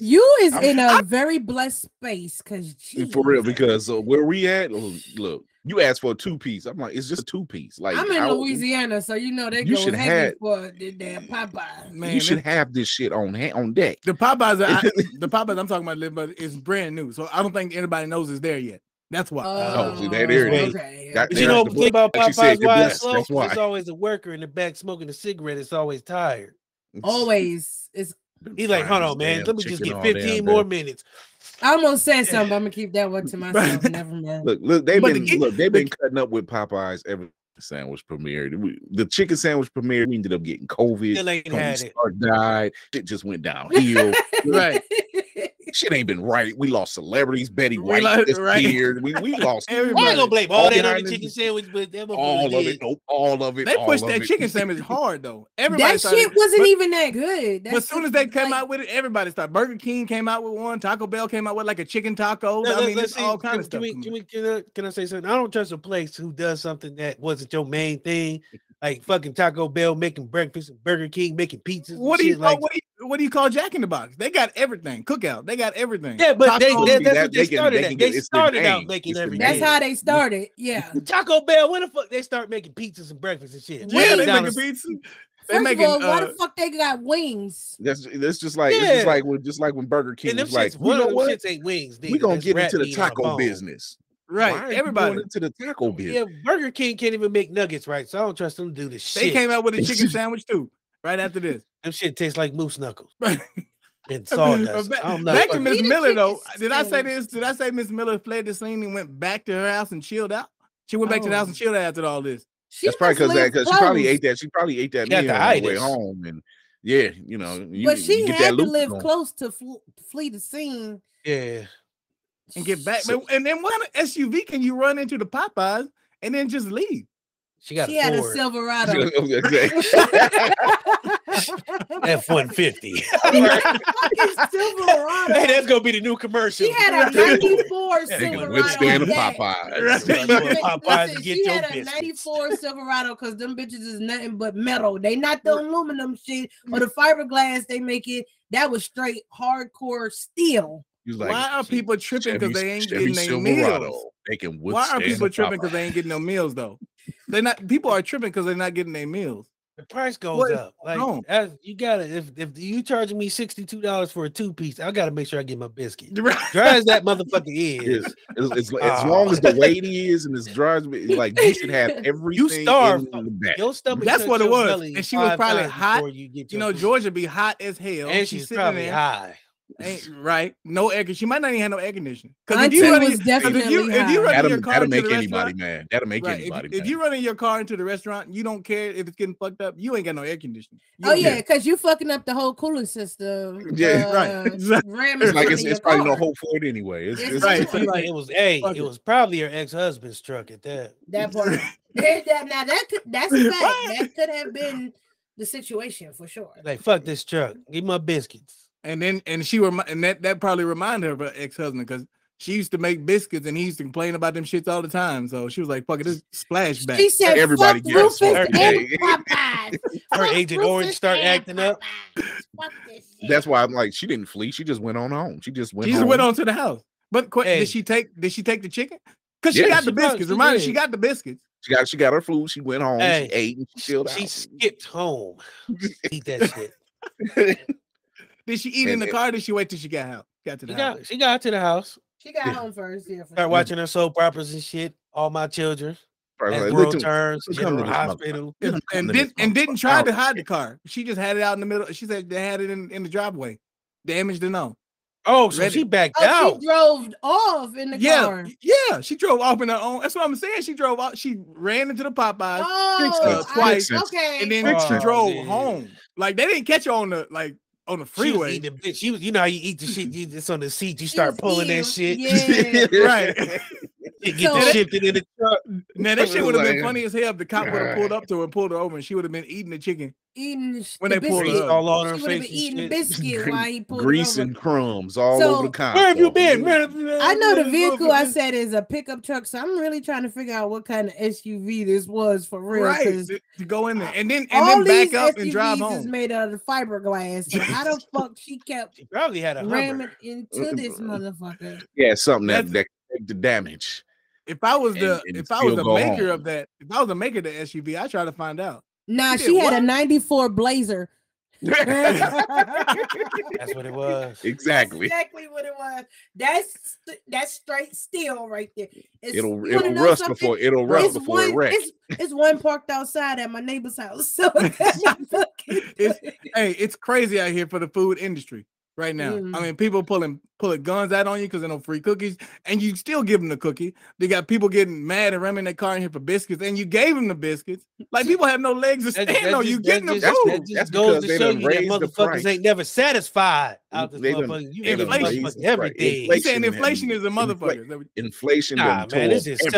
B: You is in a very blessed space because
C: for real, because uh, where we at, l- look, you asked for a two piece. I'm like, it's just a two piece. Like
B: I'm in
C: I-
B: Louisiana, so you know they
C: You
B: go
C: should
B: heavy
C: had-
B: for the damn Popeye.
A: Man,
C: you should
A: it-
C: have this shit on hand on deck.
A: the Popeyes, I, the Popeyes I'm talking about, live, but it's brand new, so I don't think anybody knows it's there yet. That's why.
D: Uh,
C: Oh, see, there- there
D: it is.
B: Okay,
C: That-
D: But
B: okay.
C: There's
D: you know
C: the
D: the thing
C: book.
D: about
C: Like she said,
D: Popeyes,
C: good
D: why
C: bless,
D: it's slow?
C: that's why.
D: It's always a worker in the back smoking a cigarette. It's always tired.
B: Always. It's,
D: He's like, hold
C: Fries,
D: on, man.
C: damn
D: Let me just
C: chicken
D: get
C: all damn
D: 15
C: day."
D: more minutes.
B: I almost said something, but I'm going to keep that one to myself. Never mind.
C: Look, look, they've
A: But the
C: been
A: gi-
C: look, they've
A: the
C: been cutting up with Popeyes ever since the sandwich premiered. We- the chicken sandwich premiered. We ended up getting COVID.
D: Still ain't
C: Tony
D: had it.
C: Stark died. It just went downhill.
A: Right.
C: Shit ain't been right. We lost celebrities. Betty
A: We
C: White
A: lost- right.
C: disappeared. We we lost
D: I ain't
A: Everybody,
D: gonna blame all that on
C: Organizing
D: the chicken sandwich, but that
C: all
D: motherfucker
C: of
D: did.
C: it. Nope, all of it.
A: they
C: all
A: pushed
C: of
A: that
C: it.
A: chicken sandwich hard though. Everybody
B: that
A: started-
B: shit wasn't
A: but-
B: even that good. That
A: But as soon
B: shit
A: as they
B: was
A: came
B: like-
A: out with it, everybody started. Burger King came out with one. Taco Bell came out with like a chicken
C: Oh,
A: taco.
D: Let-
A: I
D: let-
A: mean,
D: let's
A: it's
D: see,
A: all kind
D: can,
A: of stuff.
D: Can, we,
A: coming.
D: can, we, can, I, can I say something? I don't trust a place who does something that wasn't your main thing, like fucking Taco Bell making breakfast, and Burger King making pizzas. and
A: what do you
D: shit
A: call
D: like
A: what, do you, what do you call Jack in the Box? They got everything. Cookout. They got everything.
D: Yeah, but they,
A: Taco-
D: they-
C: See,
D: that's
C: that-
D: what
C: they
D: they
C: can-
D: started
C: they
D: at.
C: can
D: They
C: get- it's the
D: started out
C: name.
D: making
C: It's the
D: everything.
B: That's
C: name.
B: how they started. Yeah.
D: Taco Bell, when the fuck they start making pizzas and breakfast and shit?
A: yeah, they
D: $20.
A: making pizza. They
B: First
A: making
B: of all, why
A: uh,
B: the fuck they got wings?
C: That's that's just like it's
D: Yeah.
C: just like when just like when Burger King
D: And them
C: was like,
D: shits,
C: you
D: one
C: know
D: of them
C: what?
D: shits ain't wings.
C: We
D: nigga.
C: gonna
D: That's
C: get
D: rat
C: into the
D: meat on a
C: taco
D: bone.
C: business. Why are
A: right.
C: you going
A: Everybody.
C: into the taco business.
D: Yeah, Burger King can't even make nuggets right, so I don't trust them to do this
A: They
D: shit.
A: came out with a chicken sandwich too. Right after this.
D: Them shit tastes like moose knuckles
A: back
D: and sawdust. I'm not
A: back to
D: fucking-
A: Miss
B: Eat a
A: Miller
B: chicken
A: though. Did I say
B: sandwich.
A: this? Did I say Miss Miller fled the scene and went back to her house and chilled out? She went back to the house and
B: Oh.
A: chilled out after all this.
B: She
C: That's probably
B: must
C: because that
B: live
C: because she probably
B: close.
C: ate that. She probably ate that
D: Got
C: meal on the way
D: the itis.
C: home, and yeah, you know, you,
B: but
C: you
B: she
C: get
B: had
C: that
B: to
C: loop
B: live
C: going.
B: close to fl- flee the scene.
D: Yeah.
A: and get back.
C: So-
A: man, and then what kind of SUV can you run into the Popeyes and then just leave?
D: She got
B: She had a
D: Ford.
B: Silverado.
C: Exactly.
D: F one fifty.
B: Silverado.
D: Hey, that's gonna be the new commercial.
B: She had a 94
C: They can
B: Silverado.
C: withstand a
B: back.
C: Popeye.
D: Right. Popeyes
B: Listen,
D: to get
B: she
D: your
B: had a
D: biscuits.
B: 94 Silverado because them bitches is nothing but metal. They not the aluminum shit or the fiberglass they make it. That was straight hardcore steel.
C: He's
A: Why are people tripping because they ain't getting their meals?
C: They can
A: Why are
C: withstand
A: people
C: a
A: tripping because
C: Popeye.
A: they ain't getting no meals though? They're not. People are tripping because they're not getting their meals.
D: The price goes
A: What is
D: up. Like
A: on?
D: that's- you gotta if if you charging me sixty two dollars for a two piece, I gotta make sure I get my biscuit. Dry as that motherfucker is,
C: Yes. As, as- as
D: Oh.
C: long as the weight he is and his drives, like you should have everything.
D: starved.
C: in the back.
D: your stomach.
A: That's
D: touch
A: what it
D: your
A: was.
D: belly
A: And she was
D: five
A: probably
D: times
A: hot.
D: before You, get
A: You
D: your
A: know,
D: food.
A: Georgia be hot as hell.
D: and she's, probably high.
A: Ain't, right? No air. con- She might not even have no air conditioning. Because if
B: Auntie
A: you run,
B: was
A: in- 'cause if you,
B: definitely
A: if you run
B: high.
A: in
C: That'll,
A: your car
C: that'll
A: to
C: make
A: the
C: anybody
A: restaurant,
C: mad. That'll make
A: right,
C: anybody
A: if, if
C: mad.
A: you run in your car into the restaurant, you don't care if it's getting fucked up. You ain't got no air conditioning. You
B: Oh
A: don't
B: yeah,
A: care.
B: because you fucking up the whole cooling system.
C: Yeah,
A: right.
B: uh,
A: Exactly.
B: ramming
C: it's like
B: shit
C: it's,
B: in your
C: it's probably no
B: car.
C: hope for it anyway. It's,
B: Yes,
C: it's,
A: right.
B: it's
A: So you like,
D: It was hey,
A: fuck
D: it
A: it.
D: was probably her ex husband's truck at that.
B: That part. that, that- now that could, that's a fact. That could have been the situation for sure.
D: Like fuck this truck, give me my biscuits.
A: and then and she remi- and that that probably reminded her of her ex husband because she used to make biscuits and he used to complain about them shits all the time. So she was like, "Fuck it, this splashback."
B: She said,
C: Everybody
B: "Fuck
C: gets
B: Rufus
C: one
B: and
C: day."
B: Popeyes.
D: Her
B: Fuck
D: Agent
B: Rufus
D: Orange start
B: and
D: acting up.
B: Popeyes. Fuck this shit.
C: that's why I'm like, she didn't flee. She just went on home. She just went.
A: she just
C: home.
A: went on to the house. But que-
D: Hey.
A: did she take? Did she take the chicken? Because she
C: Yeah,
A: got
D: she
A: the
D: probably-
A: biscuits.
D: she
A: Remind her,
D: did.
A: she got the biscuits.
C: She got she got her food. She went home.
D: Hey,
C: she ate and she chilled
D: She
C: out.
D: skipped home. Eat that shit.
A: Did she eat in
C: And-
A: the car? Or did she wait till she got out? Got to the
D: She
A: house.
D: got she got to the house.
B: She got home first. Yeah, for
D: Start
B: sure.
D: watching her soap operas and shit. All my children.
C: Probably
D: As
C: like,
D: world
C: "Look to-
D: turns,
C: look, come to
D: General
C: this motherfucker."
D: Hospital.
C: Look, come
A: And, and
C: to this
A: didn't and didn't
C: motherfucker.
A: try to
C: Oh,
A: hide the car. She just had it out in the middle. She said they had it in, in the driveway. Damaged and all.
D: Oh, so
A: Ready.
D: she backed
B: Oh,
D: out.
B: she drove off in the
A: Yeah,
B: car.
A: yeah. She drove off in her own. That's what I'm saying. She drove off. She ran into the Popeyes. fixed
B: Oh,
A: it
B: I-
A: twice.
B: okay.
A: and then
D: Fix
A: she
D: it.
A: drove
D: Oh, Yeah.
A: home. Like they didn't catch her on the like on the
D: She was
A: freeway,
D: eating the bitch. She was, you know, how you eat the shit. You, it's on the seat. You
B: She
D: start
B: was
D: pulling
B: eating-
D: that shit.
B: Yeah.
A: right?
D: You get
B: So-
D: the shifted in the truck.
A: now that shit would have been
C: Like-
A: funny as hell if the cop would have pulled up to her and pulled her over, and she would have been eating the chicken.
B: eating the sh-
A: When
B: the
A: they pulled
B: biscuit.
A: up.
D: all on her
B: She would have been
D: face.
B: eating the
D: and shit.
B: biscuit while he pulled her
C: grease
B: over.
C: and crumbs all
B: So,
C: over the car.
D: Where have you been? Man,
B: I know the
D: man,
B: vehicle I
D: motherfucker.
B: said is a pickup truck, so I'm really trying to figure out what kind of SUV this was for real.
A: right
B: 'cause
A: to, to go in there and then and then
B: all
A: back
B: these
A: up
B: SUVs
A: and drive
B: is
A: home.
B: made out of fiberglass. So how the fuck she kept
D: She probably had a
B: ramming
D: Hummer.
B: into this motherfucker?
C: Yeah, something that
A: That's-
C: that could take the damage.
A: If I was the
C: and- and
A: if I was
C: still
A: the
C: go
A: maker
C: home.
A: of that, if I was the maker of the SUV, I try to find out.
B: Nah,
A: She
B: she
A: did
B: had
A: what?
B: a '94 Blazer.
D: That's what it was.
C: exactly.
B: exactly what it was. That's st- that's straight steel right there. It's,
C: It'll
B: you wanna
C: it'll
B: know
C: rust
B: something?
C: before it'll rust
B: It's
C: before
B: one,
C: it wrecks.
B: It's, it's one parked outside at my neighbor's house. So it's,
A: hey, it's crazy out here for the food industry right now. I
B: Mm.
A: mean, people pulling pulling guns out on you because they no free cookies, and you still give them the cookie. They got people getting mad and ramming their car in here for biscuits, and you gave them the biscuits. Like people have no legs to
D: That-
A: stand
D: that
A: on.
D: just-
A: You
D: that
A: getting the
D: just- that
A: food?
D: just
C: That's
D: goes
C: because
D: to
C: they
D: show
C: done
D: you that
C: raised the
D: motherfuckers
C: price.
D: ain't never satisfied out this
C: They done-
D: motherfucker.
C: they
D: You give a
A: done raised
D: motherfucker
C: the price.
D: everything.
C: Inflation
A: Saying
C: had-
A: inflation is a
C: infla-
A: motherfucker.
C: Inflation.
D: Nah,
C: done
D: man,
C: tore
D: this is
C: everything.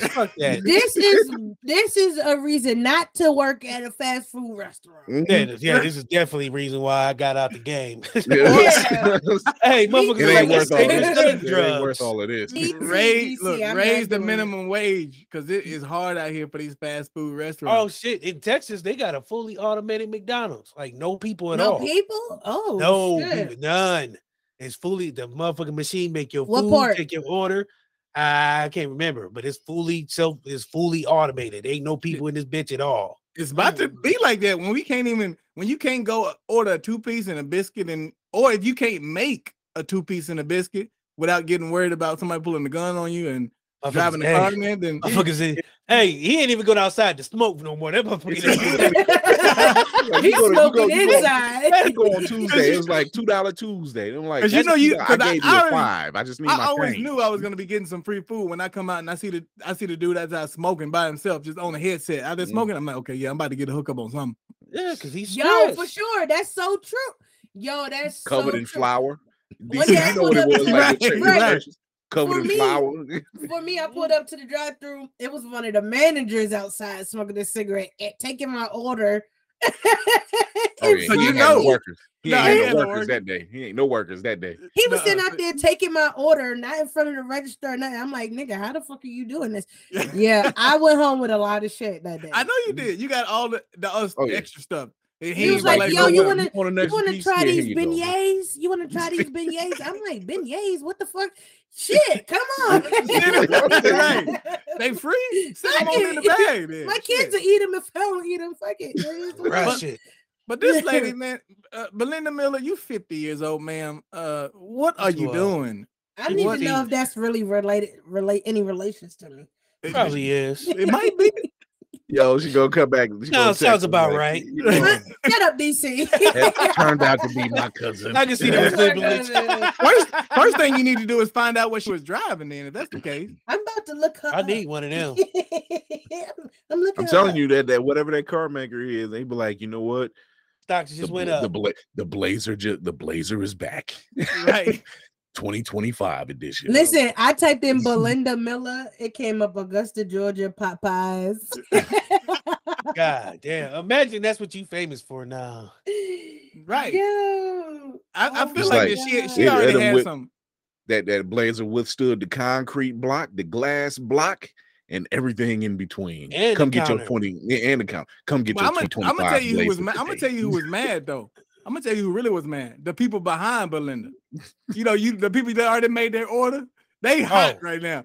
D: selfishness. Fuck that.
B: this is this is a reason not to work at a fast food restaurant.
C: Mhm.
D: Yeah, this- yeah, this is definitely reason why I got out the game.
C: Yeah.
D: hey,
C: It
D: motherfuckers,
C: ain't
D: like,
C: worth
D: worth
C: all
D: they just
C: this.
D: done
C: It ain't worth
D: drugs.
C: all of this.
B: Need to
A: Raise
B: DC,
A: look,
B: I'm not
A: raise the
B: doing it.
A: minimum wage because it is hard out here for these fast food
D: Oh
A: restaurants.
D: shit! In Texas, they got a fully automated McDonald's, like no people at
B: No
D: all.
B: people. Oh
D: no,
B: shit.
D: people, none. It's fully the motherfucking machine make your
B: What
D: food,
B: part?
D: take your order. I can't remember, but it's fully self. It's fully automated. Ain't no people in this bitch at all.
A: It's about to
B: Mm.
A: be like that when we can't even when you can't go order a two piece and a biscuit and or if you can't make a two piece and a biscuit without getting worried about somebody pulling the gun on you and
D: Motherfuckers-
A: driving the
D: hey,
A: car in there, then
D: motherfuckers in- Hey, he ain't even going outside to smoke no more. That motherfucker.
C: You
B: He's
C: go to- you go-
B: smoking
C: you go-
B: inside.
C: You go on Tuesday. It was like two dollar Tuesday. And I'm like,
A: 'Cause you
C: that's
A: know you-
C: $2. I
A: 'cause I-
C: gave
A: I
C: you a
A: always-
C: five. I just need
A: I
C: my
A: always
C: change.
A: knew I was gonna be getting some free food when I come out and I see the I see the dude that's out smoking by himself, just on a headset. out there
C: Mm.
A: smoking. I'm like, okay, yeah, I'm about to get a hookup on something.
D: yeah, because he's
B: Yo, for
D: stressed.
B: sure. That's so true. Yo, that's
C: covered
B: so
C: in
B: true.
C: flour.
B: Well,
C: DC,
B: yeah,
C: you know what it was like.
A: right,
C: with chicken
B: right.
C: sandwiches, Covered
B: For
C: in
B: me,
C: flour.
B: For me, I pulled up to the drive-through. It was one of the managers outside smoking a cigarette and taking my order.
C: Oh, yeah,
A: So you
C: he ain't had no
A: know.
C: workers. He
A: No,
C: ain't
A: he
C: had
A: had
C: no
A: no
C: workers that day. He ain't no workers that day.
B: He was
A: Nuh-uh.
B: sitting out there taking my order, not in front of the register or nothing. I'm like, nigga, how the fuck are you doing this? Yeah, I went home with a lot of shit that day.
A: I know you did. You got all the, the us
C: Mm-hmm. Oh, yeah.
A: extra stuff. And
B: He was
A: ain't
B: like,
A: let
B: yo,
A: go
B: you
A: of it.
B: wanna-
C: want an
B: You
C: extra
B: want to
C: piece?
B: try
C: Yeah, here
B: these
C: you go.
B: beignets? You want to try these beignets? I'm like, beignets? What the fuck? Shit, come on.
A: Right. They free? Send them on in the bag. Then.
B: My
A: Shit.
B: kids will eat them if I don't eat them. Fuck it. man. It's like-
D: Right. Shit.
A: But this
B: Yeah.
A: lady, man, uh, Belinda Miller, you 50 years old, ma'am. Uh, what are you
D: Wow.
A: doing?
B: I don't even
A: What-
B: know if that's really related, relate any relations to me.
D: Probably is.
A: It might be.
C: Yo, she gonna come back. she
D: No,
C: gonna
D: sounds
C: text him,
D: about
C: like,
D: right.
C: "You know,
B: Shut up, DC.
C: that turned out to be my cousin.
D: I can see that.
A: First, first thing you need to do is find out what she was driving in, if that's the case.
B: I'm about to look her
D: I
B: up.
D: need one of them.
B: I'm- I'm looking.
C: I'm
B: her
C: telling
B: up.
C: you that that whatever that car maker is, they be like, you know what?
D: Stocks just
C: the,
D: went
C: bla-
D: up.
C: The, bla- the blazer, ju- the blazer is back,
A: Right.
C: 2025 edition.
B: Listen, I typed in Belinda Miller. It came up Augusta, Georgia, Popeyes.
D: God damn. Imagine that's what you famous for now.
A: Right.
B: Yo.
A: I, I
B: Oh
A: feel
C: my
A: like, that she,
B: God.
A: she
C: It-
A: already
C: it'll
A: had
C: whip-
A: some.
C: that that blazer withstood the concrete block, the glass block, and everything in between.
D: And the
C: Come get your
D: counter.
C: 20 yeah, and the count. Come get
A: Well, I'm
C: your
A: gonna
C: 2025
A: I'm gonna tell you who was
C: blazer
A: mad. I'm gonna
C: today.
A: tell you who was mad though. I'm gonna tell you who really was mad. The people behind Belinda. You know, you the people that already made their order. They hot
D: Oh.
A: right now.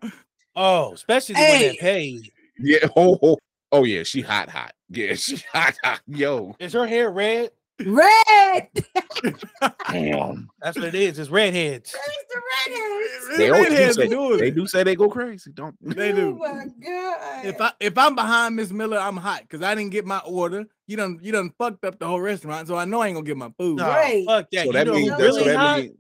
D: Oh, especially the one
B: Hey.
D: that paid.
C: Yeah. Oh, oh, oh, yeah. She hot, hot. Yeah, she hot, hot. Yo,
D: Is her hair red?
B: Red.
C: damn.
D: That's what it is. It's redheads.
B: Where's the redheads?
C: They always do
A: Redheads
C: say-
A: are doing
C: They
A: it.
C: do say they go crazy, don't
A: They
B: Oh
A: do.
B: my god.
A: If I if I'm behind Miss Miller, I'm hot because I didn't get my order. You done you done fucked up the whole restaurant, so I know I ain't gonna get my food.
D: No,
B: Right.
D: fuck that.
C: So
D: you
C: that
D: know
C: means
D: who
C: that's
D: really
C: so that
D: hot?
C: means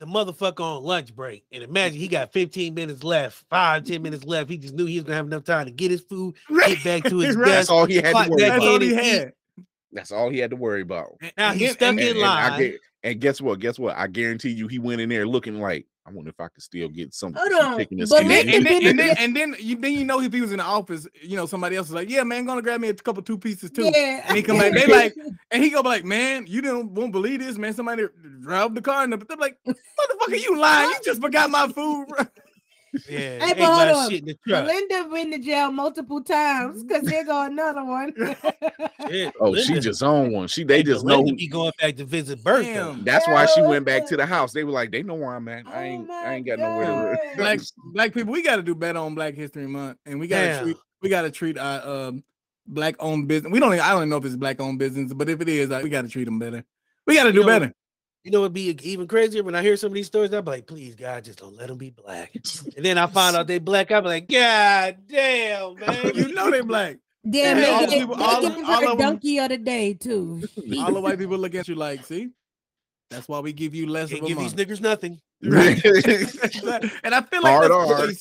D: the motherfucker on lunch break. And imagine he got 15 minutes left, five, 10 minutes left. He just knew he was gonna have enough time to get his food, get back to his
A: Right.
C: that's
D: desk.
C: all he had
D: Clock
C: to worry
D: back
A: That's all
C: about.
D: in.
A: he
D: Can't eat.
A: had.
C: That's all he had to worry about.
D: Now he's
A: And-
D: stuck
A: and-
D: in
C: and I
D: line.
C: gu- and guess what? Guess what? I guarantee you, he went in there looking like, I wonder if I could still get some,
B: Hold
C: some
B: on,
C: chicken and
B: but
A: And
C: skinny
A: then,
B: Belinda
A: and,
C: meat."
A: then, and, then, and then you then you know if he was in the office, you know somebody else is like, "Yeah, man, gonna grab me a couple two pieces too."
B: yeah.
A: And he come back, they like, and he go be like, "Man, you don't won't believe this, man. Somebody drove the car in the." But they're like, "Motherfucker, you lying? You just forgot my food." bro."
D: yeah,
B: but
D: ain't buy
B: hold on.
D: shit in the truck.
B: Belinda been to jail multiple times because here go another one.
D: Shit,
C: Oh,
D: Linda-
C: she just on one. She they
D: Hey,
C: just know.
D: Belinda
C: who-
D: be going back to visit Bertha.
A: Damn.
C: That's why she
B: Yo,
C: went back
B: look.
C: to the house. They were like, they know where I'm at.
B: Oh
C: I ain't,
B: my
C: I ain't got nowhere to
B: God.
C: run.
A: Like- black people, we got to do better on Black History Month, and we got to
D: Damn.
A: treat we got to treat our um black owned business. We don't. even- I don't even know if it's black owned business, but if it is, like, we got to treat them better. We got to do
D: know,
A: better.
D: You know, it'd be e, even crazier when I hear some of these stories. I'm like, please, God, just don't let them be black. And then I find out they black. I'm like, God damn, man.
A: You know they black.
B: Damn,
A: Yeah, all
B: they
A: the
B: get,
A: people-
B: they
A: all
B: get
A: of-
B: her
A: all of 'em-
B: donkey of the day too.
A: All the white people look at you like, see, that's why we give you less of
D: Can't
A: a
D: give these
A: month.
D: niggas nothing.
A: and I feel like
C: Hard
A: that's what
C: R.
A: they,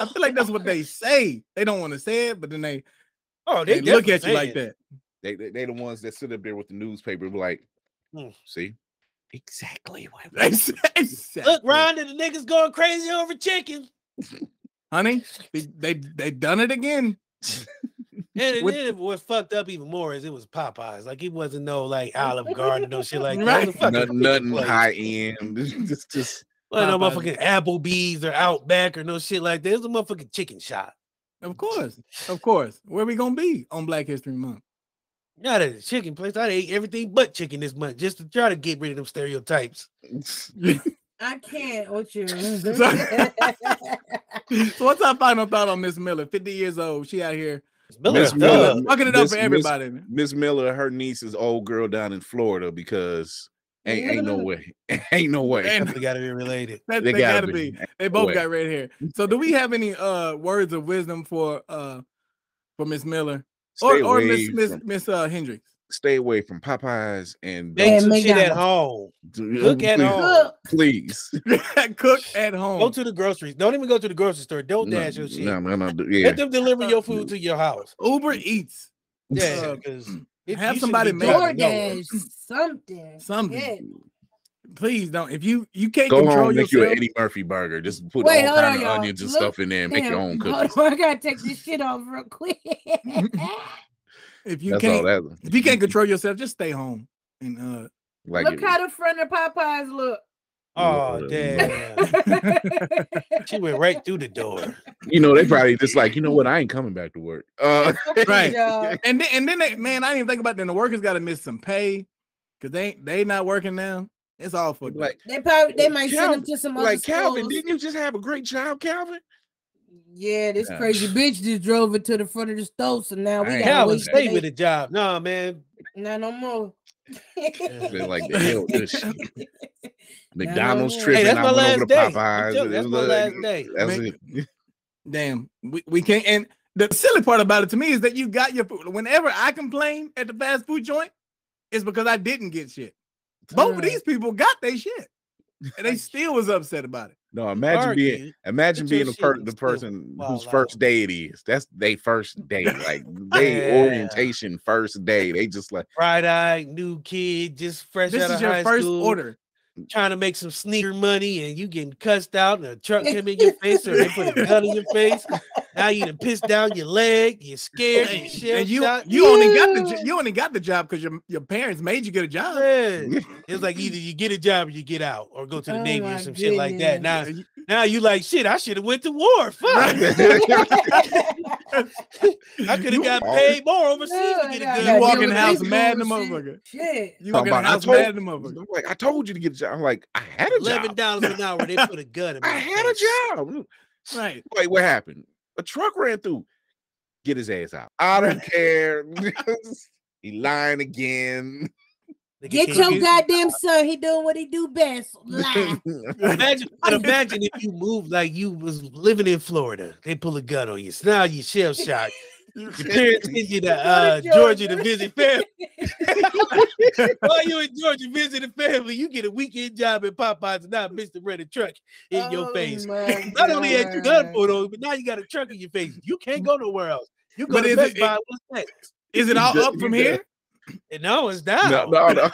A: I feel like that's what they say. They don't want to say it, but then they,
D: Oh,
A: they look at you like that.
D: that.
C: they, they they the ones that sit up there with the newspaper, and be like,
D: Hmm.
C: see, exactly what.
A: They say-
D: Look, Rhonda, the niggas going crazy over chicken.
A: honey, they, they they done it again.
D: And
A: What-
D: then what fucked up even more is it was Popeyes. Like it wasn't no like Olive Garden, no shit like
A: Right.
D: that. It was a fucking
C: Nothing,
D: chicken
C: nothing
D: place.
C: high end. just, just
D: Wasn't no
A: Popeyes.
D: motherfucking Applebee's or Outback or no shit like that. It was a motherfucking chicken shop.
A: Of course, of course. Where we gonna be on Black History Month?
D: Not a chicken place. I ate everything but chicken this month just to try to get rid of them stereotypes.
B: I can't with you.
A: so what's our final thought on Miss Miller? Fifty years old, she out here
D: Miller,
C: Miss
D: a
C: Miller.
D: thug.
A: fucking it up
C: Miss-
A: for
C: Miss-
A: everybody. man.
C: Miss Miller, her niece is old girl down in Florida because ain't ain't no way, ain't no way.
A: And
D: Definitely gotta be related.
A: that,
C: they, gotta, be.
A: They both
C: Boy.
A: got red hair. So do we have any uh words of wisdom for uh for Miss Miller
C: Stay
A: or or
C: away
A: Miss Miss
C: from-
A: Miss uh, Hendricks?
C: stay away from Popeyes and
D: Make
B: Man,
D: some shit at
B: McDonald's.
D: home.
C: don't-
D: Look at
C: please-
D: all-
C: please.
A: Cook at
D: Go
A: home.
D: to the groceries. Don't even go to the grocery store. Don't
C: No,
D: dash your shit.
C: no, no, no, do-
D: Let
C: yeah.
D: them deliver your food to your house.
A: Uber Eats.
D: Yeah,
A: Uh,
D: because
C: mm.
A: have somebody make it.
B: DoorDash, something.
A: Something.
B: Shit.
A: Please don't. If you you can't
C: Go
A: control
C: home, make you
A: yourself,
C: an Eddie Murphy burger. Just put
B: Wait,
C: all
B: hold on,
C: kind of
B: y'all.
C: onions and
B: Look-
C: stuff in there and make your
B: Damn,
C: own
B: hold
C: cookies.
B: on, I gotta take this shit off real quick.
A: If you
C: That's all
A: can't,
C: that.
A: if you can't control yourself, just stay home. And uh,
C: Like
B: look
C: it-
B: how the front of Popeyes look.
D: Oh
C: Yeah.
D: damn! She went right through the door.
C: you know, they probably just like, you know what, I ain't coming back to work. Uh
A: Right.
B: Yeah.
A: and then, and then they, man, I didn't even think about. Then the workers got to miss some pay because they they not working now. It's all for
C: like
B: They probably they might send
C: Calvin-
B: them to some other
C: like Calvin,
B: schools.
C: didn't you just have a great job, Calvin?
B: Yeah, this
C: Yeah.
B: crazy bitch just drove it to the front of the store, so now we
C: Dang.
B: got
C: Calvin,
D: Calvin, stay with the job. No man,
B: Not no more.
C: They're like the hell with this shit. McDonald's
B: Hey,
C: trip and
D: hey, that's
C: I
D: my
C: went
D: last
C: over to
D: day. I'm
C: Popeyes.
D: telling you,
C: It
D: That's
C: was
D: my
C: like- mm,
D: last day.
C: That's
A: Make-
C: it.
A: Damn, we, we can't. And the silly part about it to me is that you got your food. Whenever I complain at the fast food joint, it's because I didn't get shit. Both of
B: Right.
A: these people got their shit, and they still was upset about it.
C: No, imagine being
D: Argue.
C: imagine
D: Get
C: being
D: your
C: the,
D: shit
C: per-
D: and
C: the
D: still
C: person
D: wild
C: whose
D: out.
C: first day it is. That's they first day, like they
D: Yeah.
C: orientation first day. They just like
D: Bright eyed, new kid, just fresh
A: this
D: out
A: is
D: of
A: your
D: high
A: first
D: school,
A: order.
D: trying to make some sneaker money, and you getting cussed out, and a truck come in your face, or they put a gun in your face. Now you done pissed down your leg. You're scared.
A: And,
D: You're
A: and you
D: shell-shocked.
A: you only got the jo- you only got the job because your your parents made you get a job.
D: Man, it's like either you get a job or you get out, or go to the
B: Oh
D: navy or
B: my
D: some shit like that. Now,
A: You-
D: now you like shit. I should have went to war. Fuck, I could have
A: you-
D: got
C: Oh.
D: paid more overseas to
B: Yeah, yeah,
D: get a
B: yeah.
A: You
D: good.
B: walk
A: walk in the
B: Yeah,
A: house
B: they
A: mad in the
B: doing shit.
A: motherfucker.
B: Shit.
A: You walk in the
C: Talking about, I
A: house
C: told-
A: mad in the motherfucker.
C: I'm like I told you to get a job. I'm like I had a
D: Eleven
C: job.
D: dollars an hour. They put a gun. In
C: I
D: my
C: had
D: face.
C: a job.
A: Right.
C: Wait, what happened? A truck ran through. Get his ass out. I don't care. he lying again.
D: Nigga
B: Get
D: can't
B: your
D: do-
B: goddamn son. He doing what he do best. Lie.
D: Imagine, but imagine if you moved like you was living in Florida. They pull a gun on you. So now you shell shocked. Your parents send you to uh, Georgia to visit family. While you in Georgia visiting family, you get a weekend job at Popeyes and now Mr. Red a truck in your
B: Oh
D: face.
B: my
D: Not only had you gun
B: God.
D: pulled on, you, but now you got a truck in your face. You can't go nowhere else. You go
A: But
D: to
A: is
D: Best
A: it-
D: Buy. What's that?
A: Is it all up from here?
D: And now it's down.
C: no, no, no.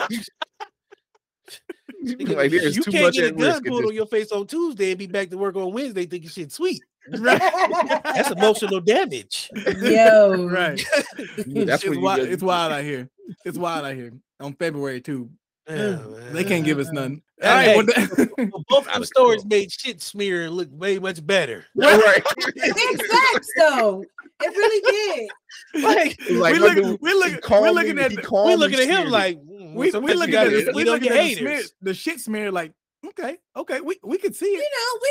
D: Nigga,
C: like there's
D: you
C: too
D: can't
C: much
D: Oh. get a
C: at risk
D: gun
C: at
D: pulled
C: this
D: on your face on Tuesday and be back to work on Wednesday thinking shit sweet. That's emotional damage.
B: Yo.
A: Right.
C: That's
A: it's,
C: when you
A: wild,
C: get-
A: it's wild out here. It's wild out here. On February too.
D: Yeah,
A: They can't give us none.
D: Hey,
A: All right. well,
D: hey.
A: that-
D: Well, both
C: Out
D: the
C: of
D: stories
C: control.
D: made shit smear look way much better.
C: Right.
B: Big facts though. It really did.
D: Like
A: we
C: look
A: look,
C: at-
A: we look,
C: he
A: we're
C: calmly-
A: looking at,
C: he
A: the-
D: we
C: calmly
D: looking at
C: steered
D: him
C: it.
D: like
A: we, we looking at, the,
D: it.
A: we
D: We look
A: looking
D: at
A: at the, smear,
D: haters.
A: the shit smear. Like, okay, okay, we, we could see it.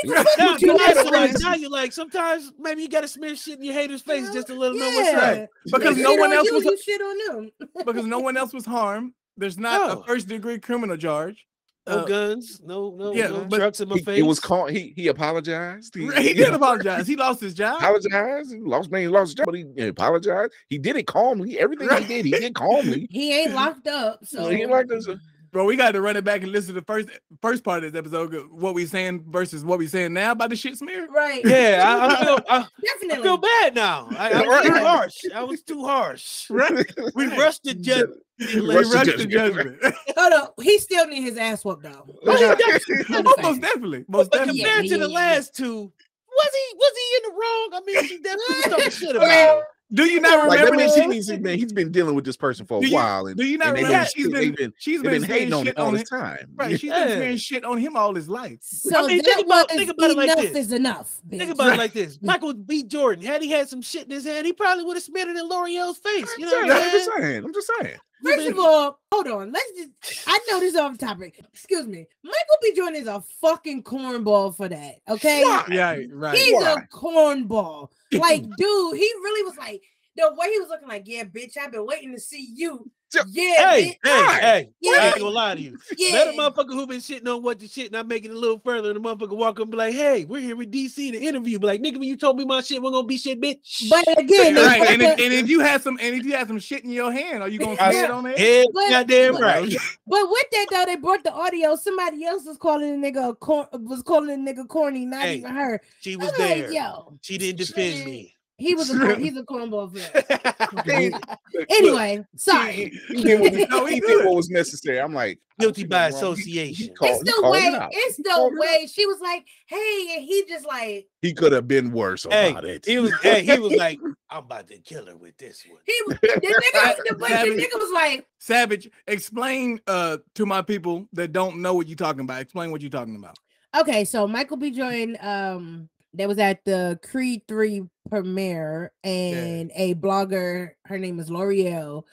B: You know, we
C: Yeah.
B: can fuck
D: Now,
B: with you
D: now
B: last
D: you like,
B: time.
D: now you like sometimes maybe you gotta smear shit in your haters' face
B: Yeah,
D: just to let them know what's
B: Yeah.
D: up.
A: Because
B: You
A: no
B: shit
A: one
B: on
A: else
B: you,
A: was
B: you shit on them.
A: because no one else was harmed. There's not
D: No.
A: a first degree criminal charge.
D: No
A: Uh,
D: guns, no no,
A: yeah,
D: no
A: but
D: drugs in my
C: He-
D: face.
C: It was called. He he apologized. He,
A: He did apologize. He lost his job.
C: apologized. He lost man. He lost his job, but he apologized. He did it calmly. Everything he did, he did calmly.
B: He ain't locked up, so
C: So he like this.
A: Bro, we got to run it back and listen to the first first part of this episode. 'cause What we saying versus what we saying now about the shit smear.
B: right.
D: yeah, I, I feel I, I
B: definitely.
D: feel bad now. I, I was too harsh. I was too harsh.
A: Right?
D: We rushed the judge.
A: We
C: Rush the
A: rushed the judgment.
C: judgment.
B: Hold up, he still need his ass whooped though.
A: oh, most definitely. Most
D: But
A: definitely.
D: compared to the
B: yeah.
D: last two, was he was he in the wrong? I mean, she definitely talking shit about him.
A: Do you not
C: Like,
A: remember
C: that man,
A: that
C: she
A: she?
C: needs to- man, he's been dealing with this person for a
A: Do you-
C: while, and
A: Do you not
C: and they
A: remember
C: been
A: that she's
C: shit- they
A: been
C: been-
A: she's
C: they've been
A: been
C: hating on him
A: shit
C: all
A: on
C: this
A: him.
C: time.
A: Right? She's
D: Yeah.
A: been saying shit on him all his life.
B: So
D: mean,
B: that
D: think about-
B: was
D: think about it like
B: enough
D: this.
B: is enough. Bitch.
D: Think about it like this: Michael B. Jordan, had he had some shit in his hand, he probably would have spit it in L'Oreal's face. You know
C: I'm
D: what I'm
C: just
D: saying?
C: saying. I'm just saying.
B: First of all, hold on. Let's just. I know this is off topic. Excuse me. Michael B. Jordan is a fucking cornball for that. Okay.
C: Why?
A: Yeah, right.
B: He's
C: Why?
B: a cornball. Like, dude, he really was like the way he was looking. Like, yeah, bitch, I've been waiting to see you.
C: Yeah.
B: Yeah,
D: Hey,
B: bitch,
D: hey, hey! I
B: Yeah.
D: ain't gonna lie to you.
B: yeah.
D: Let a motherfucker who been shitting on what the shit, and I make it a little further, and the motherfucker walk up and be like, "Hey, we're here with DC to interview." Be like, "Nigga, when you told me my shit, we're gonna be shit, bitch."
B: But again, they
A: Right. And, if,
B: fucked up-
A: and if you had some, and if you had some shit in your hand, are you gonna
D: I-
A: smear it on there?
D: yeah,
B: but-
D: goddamn
B: but-
D: right.
B: but with that though, they brought the audio. Somebody else was calling the nigga a corn, was calling the nigga corny, not
D: Hey,
B: even her.
D: She was
B: I'm like,
D: there.
B: yo,
D: She didn't defend me.
B: He was a corn- he's a cornball fan.
C: He-
B: Anyway, sorry.
C: he- he did what was-
A: No, he
C: he
A: good.
C: did what was necessary. I'm like
D: Guilty by
C: He- he
D: association.
C: called- he
B: it's the
C: called
B: way.
C: it out.
B: It's
C: called
B: the
C: it
B: way. She was like, "Hey," and he just like
C: He could have been worse
D: Hey,
C: about it.
D: he was hey, he was like, I'm about to kill her with this one.
B: he. was- The nigga, the, but the
A: Savage.
B: nigga was like,
A: Savage, explain uh to my people that don't know what you're talking about. Explain what you're talking about.
B: Okay, so Michael B. Jordan, um, that was at the Creed 3 premiere, and a blogger, her name is L'Oreal.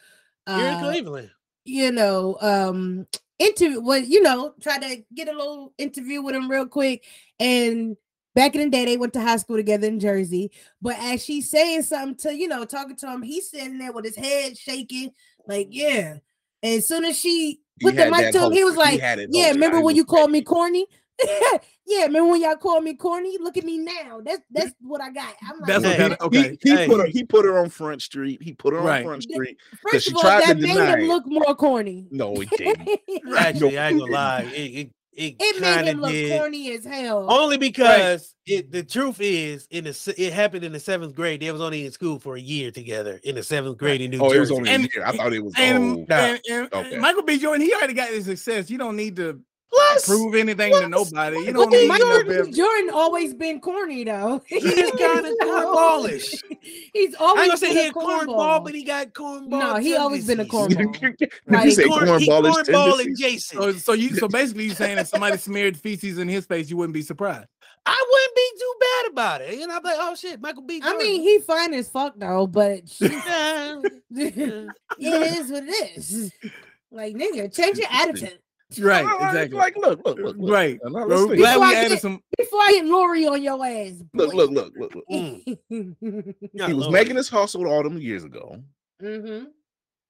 D: You're in
B: Uh,
D: Cleveland.
B: you know, um, interview was you know, try to get a little interview with him real quick. And back in the day, they went to high school together in Jersey. But as she's saying something to you know, talking to him, he's sitting there with his head shaking, like, yeah. And as soon as she
C: He
B: put the
C: had
B: mic
C: that
B: to him, he
C: hope.
B: was like,
C: had it
B: yeah,
C: hope.
B: remember
C: I
B: when
C: was
B: you called me
C: ready.
B: corny? yeah, remember when y'all called me corny? Look at me now. That's that's what I got. I'm like,
A: That's what
D: Hey,
A: that
C: He-
A: okay.
C: He,
D: Hey.
C: put her, he put her on Front Street. He put her
A: Right.
C: on Front
B: Yeah.
C: Street.
B: first
C: she
B: of all,
C: tried to
B: that made
C: deny
B: him
C: it.
B: look more corny.
C: No, it didn't.
D: Actually, I ain't
C: No,
D: gonna lie. It it, it,
B: It made
D: kinda
B: him look
D: did. Oh,
B: corny as hell.
D: Only because it, the truth is, in the se- it happened in the seventh grade. They was only in school for a year together in the seventh grade in New
C: Oh,
D: Jersey.
C: it was only
A: And-
C: a year. I thought it was.
A: And,
C: oh,
A: and, and- and
C: Okay.
A: Michael B. Jordan, he already got his success. You don't need to
D: Plus,
A: prove anything to nobody. You
D: Michael
A: don't need
D: B.
A: no
B: Michael B.
A: bit-
B: Jordan always been corny though. He's
D: just kinda cornballish.
B: He's
D: I ain't
B: always
D: gonna say
B: been
D: he a cornball, but he got cornball.
B: No, he always been a
D: tendencies.
B: cornball.
C: Did you
B: Like,
C: say
D: Corn- he
C: cornball is
D: cornball
C: tendencies?
D: adjacent.
A: So, so you so basically you're saying if somebody smeared feces in his face, you wouldn't be surprised.
D: I wouldn't be too bad about it. And I'm like, oh shit, Michael B.
B: I
D: Jordan.
B: mean, he fine as fuck though, but shit,
D: Yeah.
B: it is what it is. Like nigga, change your attitude.
A: Right,
C: Oh, it's
A: exactly.
C: Like, look, look, look, look.
A: right.
C: Now, let's
A: Well,
C: see.
A: glad
B: Before
A: we
B: I
A: added
B: get-
A: some
B: Before I hit Lori on your ass.
C: Look, look, look, look, look.
D: Mm. Yeah,
C: He was
D: Lord.
C: making his hustle all them years ago.
B: mm-hmm.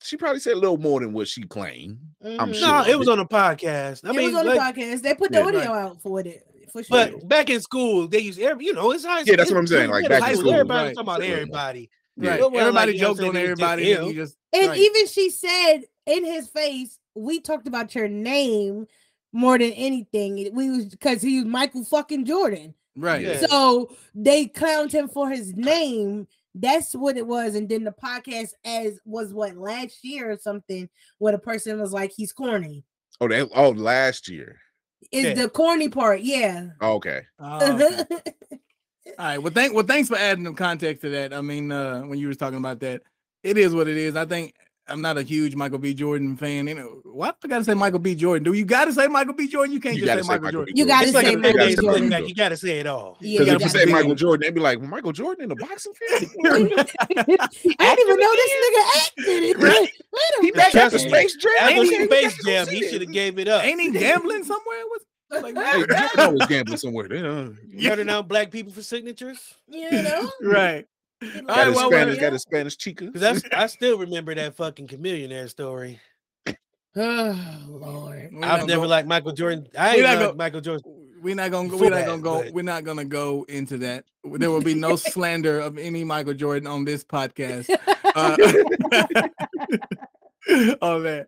C: She probably said a little more than what she claimed. I'm sure.
D: No, it was on a podcast. I
B: it
D: mean,
B: was on
D: like-
B: the podcast. They put the
C: Yeah,
B: audio out for it for sure.
D: but back in school, they used every, you know, it's high
C: Yeah, that's
D: it's
C: what I'm saying, like,
D: middle
C: back in
D: high
C: school,
D: everybody was
A: right.
D: talking about
C: Yeah.
D: everybody.
C: Yeah.
A: right.
D: Well, well,
A: everybody
D: like, you know what
A: joked
D: I'm
A: on
D: saying, they just
A: everybody. and
D: ill.
A: you just-
B: And
A: right.
B: even she said in his face, "We talked about your name more than anything. It- We was because he was Michael fucking Jordan,
A: right.
D: Yeah.
B: so they clowned him for his name. That's what it was. And then the podcast as was what last year or something, where the person was like, "He's corny."
C: Oh, that. Oh, last year.
B: Is
D: Yeah.
B: the corny part? Yeah.
C: Oh, okay.
A: Oh, okay. All right. Well, thank well, thanks for adding some context to that. I mean, uh, when you was talking about that, it is what it is. I think I'm not a huge Michael B. Jordan fan. You know, why I gotta say Michael B. Jordan? Do you gotta say Michael B. Jordan? You can't
C: You
A: just say
C: gotta say
A: Michael
C: Michael
A: Jordan.
C: B.
B: You gotta
D: It's like
B: say
D: a big
B: Michael
D: ass
B: Jordan.
D: playback. You gotta say it all.
B: Yeah,
C: Because
B: you
C: if you
B: gotta
C: say
B: say
C: Michael
B: it.
C: Jordan, they'd be like, Michael Jordan in a boxing field.
B: I didn't even know this nigga acted. Wait
C: he
B: a
C: back at the
D: Trust me.
C: space jam.
D: After
A: Ain't he-
D: Space Jam, he should have gave it up.
A: Ain't he gambling somewhere? What's like
C: Hey,
A: what?
C: Jordan always gambling somewhere. They don't-
D: turning down black people for signatures.
B: you know,
A: right.
B: All
A: All right,
C: Got a
A: well,
C: Spanish,
A: well,
C: got a Spanish chica.
D: Because I still remember that fucking chameleonaire story.
B: Oh Lord.
A: We're
D: I've
A: not
D: never
A: go-
D: liked Michael Jordan. I
A: We
D: ain't
A: not
D: like
A: go-
D: Michael Jordan.
A: We're not gonna go.
D: Before
A: We're not
D: that,
A: gonna go.
D: but-
A: We're not gonna go into that. There will be no slander of any Michael Jordan on this podcast. Uh, on that.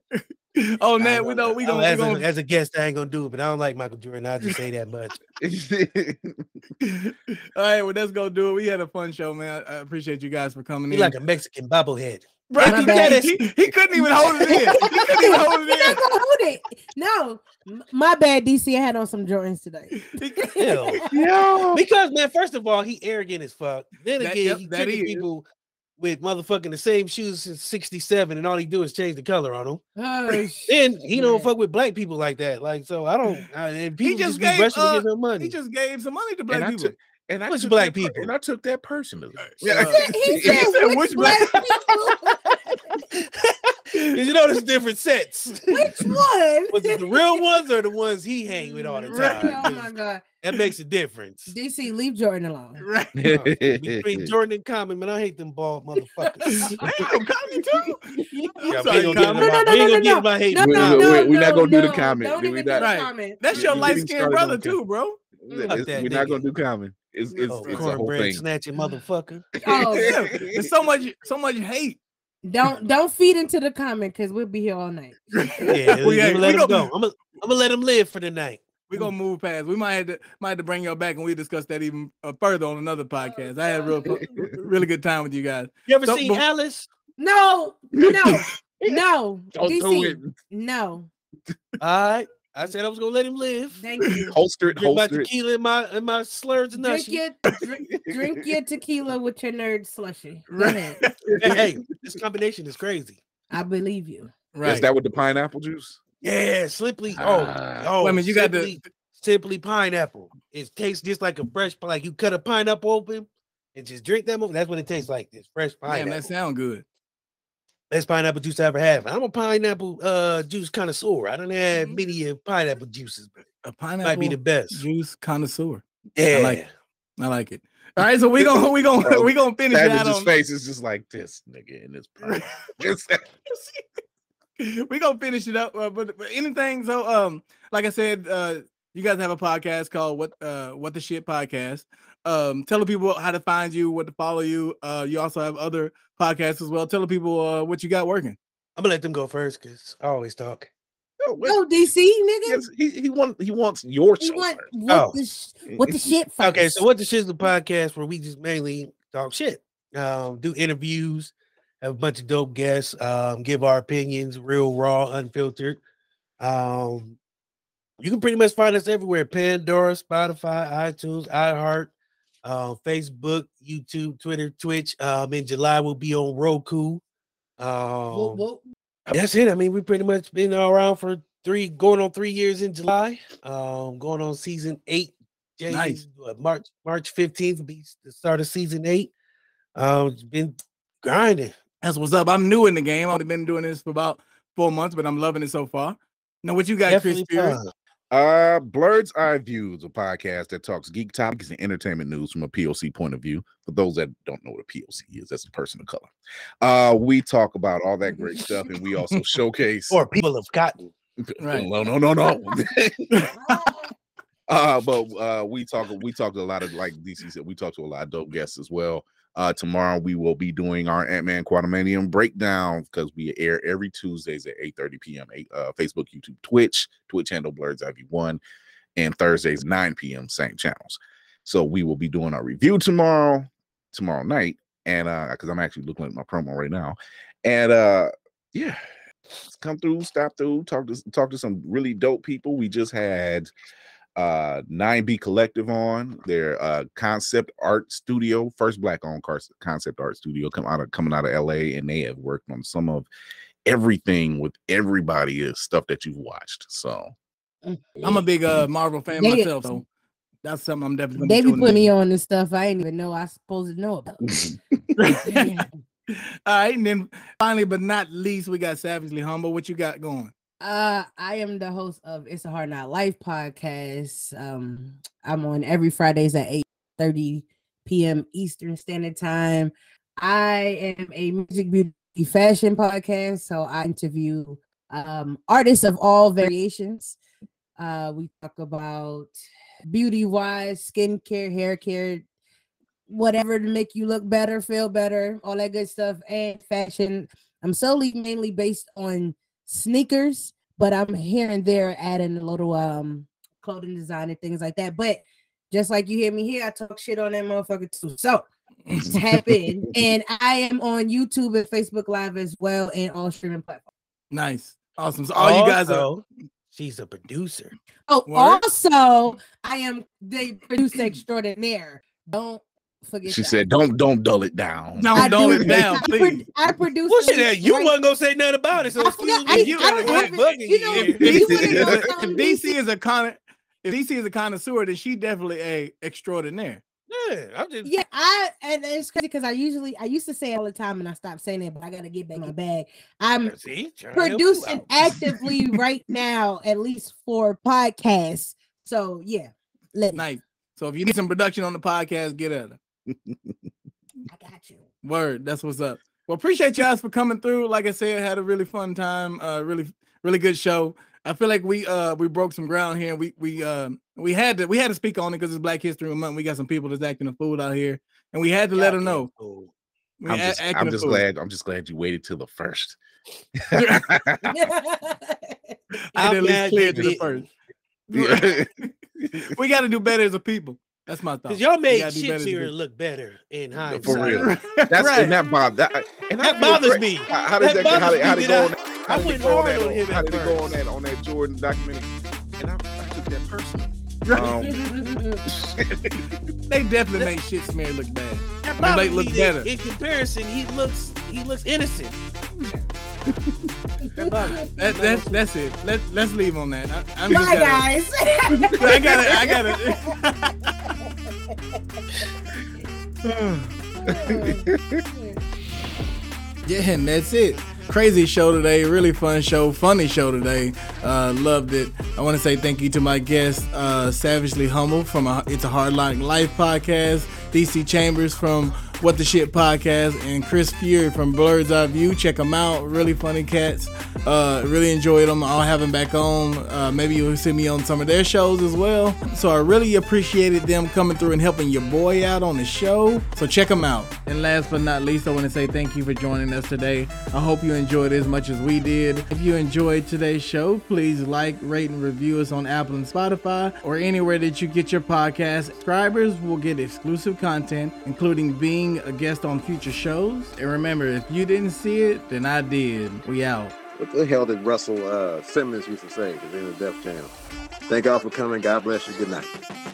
A: On
D: I
A: that,
D: ain't
A: we
D: gonna-
A: know we
D: oh,
A: don't.
D: as,
A: we
D: a-
A: gonna-
D: as a guest, I ain't gonna do it, but I don't like Michael Jordan. I'll just say that much.
A: All right, well, that's gonna do it. We had a fun show, man. I I appreciate you guys for coming
D: He
A: in.
D: like a Mexican bobblehead.
A: Right,
B: My
A: he,
B: bad.
A: he, he couldn't even hold it in. He couldn't even hold
B: You're not
A: it
B: gonna hold it. No, M- my bad, DC. I had on some Jordans today.
A: in. He-
D: Hell.
C: Yo.
D: Because man, first of all, he arrogant as fuck. Then
A: That-
D: again,
A: yep,
D: he
A: that
D: tricking
A: is.
D: people with motherfucking the same shoes since '67, and all he do is change the color on them.
B: Oh,
D: Then he don't
B: shit.
D: fuck with black people like that. Like so, I don't. I, and people
A: just
D: just,
A: gave,
D: be rushing
A: uh,
D: to give him money.
A: He just gave some money to black
C: And I
A: people.
C: took, and I
D: Which
C: took
D: black
C: that per-
D: people?
C: and I took that personally.
A: Yeah.
B: He said, he said which black people?
D: 'Cause you know, there's different sets.
B: which one?
D: Was it the real ones or the ones he hang with all the
B: Right.
D: time?
B: Oh my god,
D: That makes a difference.
B: DC, leave Jordan alone.
A: Right.
D: Between Jordan and Common, man, I hate them bald motherfuckers.
A: Damn, Connie too. I'm
D: Yeah, we
A: sorry,
D: ain't gonna get
A: Connie.
D: him out. we ain't gonna get him out hating.
B: No,
C: We-
B: no,
C: we-
B: no,
C: we not
B: no,
C: gonna do the
B: no.
C: comment.
B: Don't
C: Do we
B: even
C: not-
B: do
A: Right.
B: the comment.
A: That's
C: You're
A: your
C: getting
A: light skinned
C: started
A: brother
C: on Ken.
A: too, bro.
D: Fuck
C: It's-
D: that
C: we're not
D: nigga.
C: gonna do common. It's it's,
D: Oh,
C: it's a whole
D: cornbread
C: thing.
D: snatching motherfucker.
B: Oh,
A: Yeah, There's so much, so much hate.
B: Don't don't feed into the comment because we'll be here all night.
D: Yeah,
A: We
D: we
A: ain't-
D: let
A: we
D: him
A: don't-
D: go. I'm gonna let him live for the night.
A: We're gonna move past. We might have to, might have to bring y'all back and we discuss that even uh, further on another podcast. I had a real fu- really good time with you guys.
D: You ever
A: So,
D: seen
A: but-
D: Alice?
B: No, no, no.
C: Don't do it.
B: DC, no.
D: All right. I said I was gonna let him live.
B: Thank you.
C: Holster it,
D: Drink my
C: holster it.
D: tequila and my and my slurs and
B: Drink
D: nuts.
B: your, drink, drink your tequila with your nerd slushy. Go
A: Right.
B: ahead.
D: Hey, this combination is crazy.
B: I believe you.
A: Right.
C: Is that with the pineapple juice?
D: Yeah, simply.
C: Ah.
D: oh, oh,
A: Wait a minute, you got the-
D: simply, simply pineapple. It tastes just like a fresh, pi- like you cut a pineapple open and just drink that. That's what it tastes like. It's fresh
A: Damn,
D: pineapple.
A: that sound good.
D: Best pineapple juice I ever had. I'm a pineapple uh juice connoisseur. I don't have
B: Mhm.
D: many of pineapple juices, but
A: A
D: it
A: pineapple
D: might be the best.
A: juice connoisseur.
D: Yeah,
A: like it. I like it. All right, so we gonna we gonna we gonna finish it out
C: Savage's
A: on
C: face is just like this nigga in this pineapple. It's-
A: we gonna finish it up. Uh, but, but anything, so um, like I said, uh, you guys have a podcast called "What uh What the Shit" podcast. Um, telling people how to find you, what to follow you. Uh, you also have other podcasts as well. Telling people uh what you got working.
D: I'm gonna let them go first because I always talk.
C: No, wait,
B: Go DC, Oh, nigga.
C: yes, he, he, want, he wants your
B: You
C: show
B: want
C: first.
B: what
D: Oh.
B: the sh- what the shit? First.
D: Okay, so what the shit's the podcast where we just mainly talk shit, um, do interviews, have a bunch of dope guests, um, give our opinions, real, raw, unfiltered. Um, you can pretty much find us everywhere: Pandora, Spotify, iTunes, iHeart, uh, Facebook, YouTube, Twitter, Twitch. Um, in July we'll be on Roku. Um,
B: Whoa, whoa.
D: that's it. I mean, we pretty much been around for three, going on three years in July. Um, going on season eight. January-
A: Nice.
D: uh, March March fifteenth will be the start of season eight. Um, it's been grinding.
A: That's what's up. I'm new in the game. I've only been doing this for about four months, but I'm loving it so far. Now, what you got,
D: Definitely
A: Chris Spears?
D: fun.
C: Uh, Blurred's Eye Views, a podcast that talks geek topics and entertainment news from a POC point of view. For those that don't know what a POC is, that's a person of color. Uh, we talk about all that great stuff, and we also showcase.
D: Or people have gotten.
A: Right.
C: No, no, no, no. Uh, but uh, we talk we talked a lot of like DC said we talked to a lot of dope guests as well. Uh, tomorrow we will be doing our Ant Man Quantumanium breakdown because we air every Tuesdays at 8 30 p.m. Eight, uh, Facebook, YouTube, Twitch, Twitch handle Blurred's IV1, and Thursdays 9 p.m. same channels. So we will be doing our review tomorrow, tomorrow night, and uh, because I'm actually looking at my promo right now, and uh, yeah, come through, stop through, talk to talk to some really dope people. We just had uh 9b collective on their uh concept art studio first black owned car- concept art studio come out of coming out of la and they have worked on some of everything with everybody is stuff that you've watched so
A: I'm a big uh Marvel fan
B: They-
A: myself, so that's something I'm definitely.
B: They be
A: gonna
B: putting
A: tuning
B: me
A: in.
B: on this stuff I ain't even know I supposed to know about. Yeah.
A: All right, and then finally, but not least, we got Savagely Humble. What you got going?
B: Uh, I am the host of It's a Hard Not Life podcast. Um, I'm on every Fridays at eight thirty p.m. Eastern Standard Time. I am a music, beauty, fashion podcast, so I interview um, artists of all variations. Uh, we talk about beauty wise, skincare, hair care, whatever to make you look better, feel better, all that good stuff, and fashion. I'm solely mainly based on sneakers, but I'm here and there adding a little um clothing design and things like that. But just like you hear me here, I talk shit on that motherfucker too. So tap in. And I am on YouTube and Facebook Live as well and all streaming platforms.
A: Nice, awesome. So all you guys are
D: Also, She's a producer.
B: Oh,
A: Word.
B: also, I am the producer extraordinaire. Don't forget
C: she
B: that.
C: said don't don't dull it down
A: No,
B: I
A: don't
B: do-
A: it down,
B: I, pro-
A: please.
B: I produce.
D: Well,
B: the
D: shit,
B: least
D: hell, you
B: right-
D: wasn't gonna say nothing about it, so
B: I
D: excuse
B: forgot-
D: me.
B: I-
D: you
B: I don't
D: ain't right
B: have it.
D: bugging
B: You know,
D: you.
A: If
B: you
A: DC,
B: wanna know
A: if
B: something,
A: DC is a con, if DC is a connoisseur, then she definitely a extraordinaire.
D: Yeah, I'm just
B: Yeah, I and it's crazy because I usually I used to say it all the time and I stopped saying it, but I gotta get back in my bag. I'm
D: See, trying to help you
B: producing
D: out.
B: actively right now, at least for podcasts. So yeah, let me.
A: Nice. So if you need some production on the podcast, get at her.
B: I got you.
A: Word. That's what's up. Well, appreciate you guys for coming through. Like I said, had a really fun time. Uh, really, really good show. I feel like we uh we broke some ground here. We we um we had to we had to speak on it because it's Black History Month. We got some people that's acting a fool out here, and we had to let
D: Yeah,
A: them know.
D: cool.
A: We
C: i'm
A: a-
C: just,
A: acting
C: I'm
A: a
C: just
A: fool.
C: glad i'm just glad you waited till the first
A: I
B: That's
A: had to
D: I'm
A: at least
D: glad
A: clear
D: you
A: it to the
D: didn't.
A: first.
C: Yeah.
A: we got to do better as a people. That's my thought.
D: Because y'all
A: We
D: made
A: gotta do
D: shit
A: better as a
D: here
A: people.
D: look better in hindsight.
C: For real. That's
D: Right.
C: and that bob that and I
D: That
C: feel
D: bothers
C: great.
D: me.
C: How, how does
D: That
C: that, how,
D: bothers
C: they- how
D: me
C: they
D: that
C: go on
D: I-
C: that?
D: I
C: How did they
D: went
C: go on
D: hard
C: that?
D: on him
C: On, how
D: at
C: did they go on
D: first.
C: that on that Jordan documentary? And I, I took that personally. Um,
A: They definitely made shit smear look bad.
D: That
A: They
D: bothers
A: look
D: me that
A: better.
D: In comparison, he looks he looks innocent.
A: That, that's that's it. Let's let's leave on that. I, I'm just
B: Bye,
A: gotta,
B: guys.
A: I gotta I gotta Yeah, and that's it. Crazy show today, really fun show, funny show today. Uh, loved it. I want to say thank you to my guest, uh, Savagely Humble from a, It's a Hard Lock Life podcast, DC Chambers from What the Shit podcast, and Chris Fury from Blurred's Eye View. Check them out, really funny cats. Uh, really enjoyed them. I'll have them back on. Uh, maybe you'll see me on some of their shows as well. So I really appreciated them coming through and helping your boy out on the show. So check them out. And last but not least, I want to say thank you for joining us today. I hope you enjoyed as much as we did. If you enjoyed today's show, please like, rate, and review us on Apple and Spotify or anywhere that you get your podcast. Subscribers will get exclusive content, including being a guest on future shows. And remember, if you didn't see it, then I did. We out.
J: What the hell did Russell uh, Simmons used to say at the end of Death Jam? Thank y'all for coming. God bless you. Good night.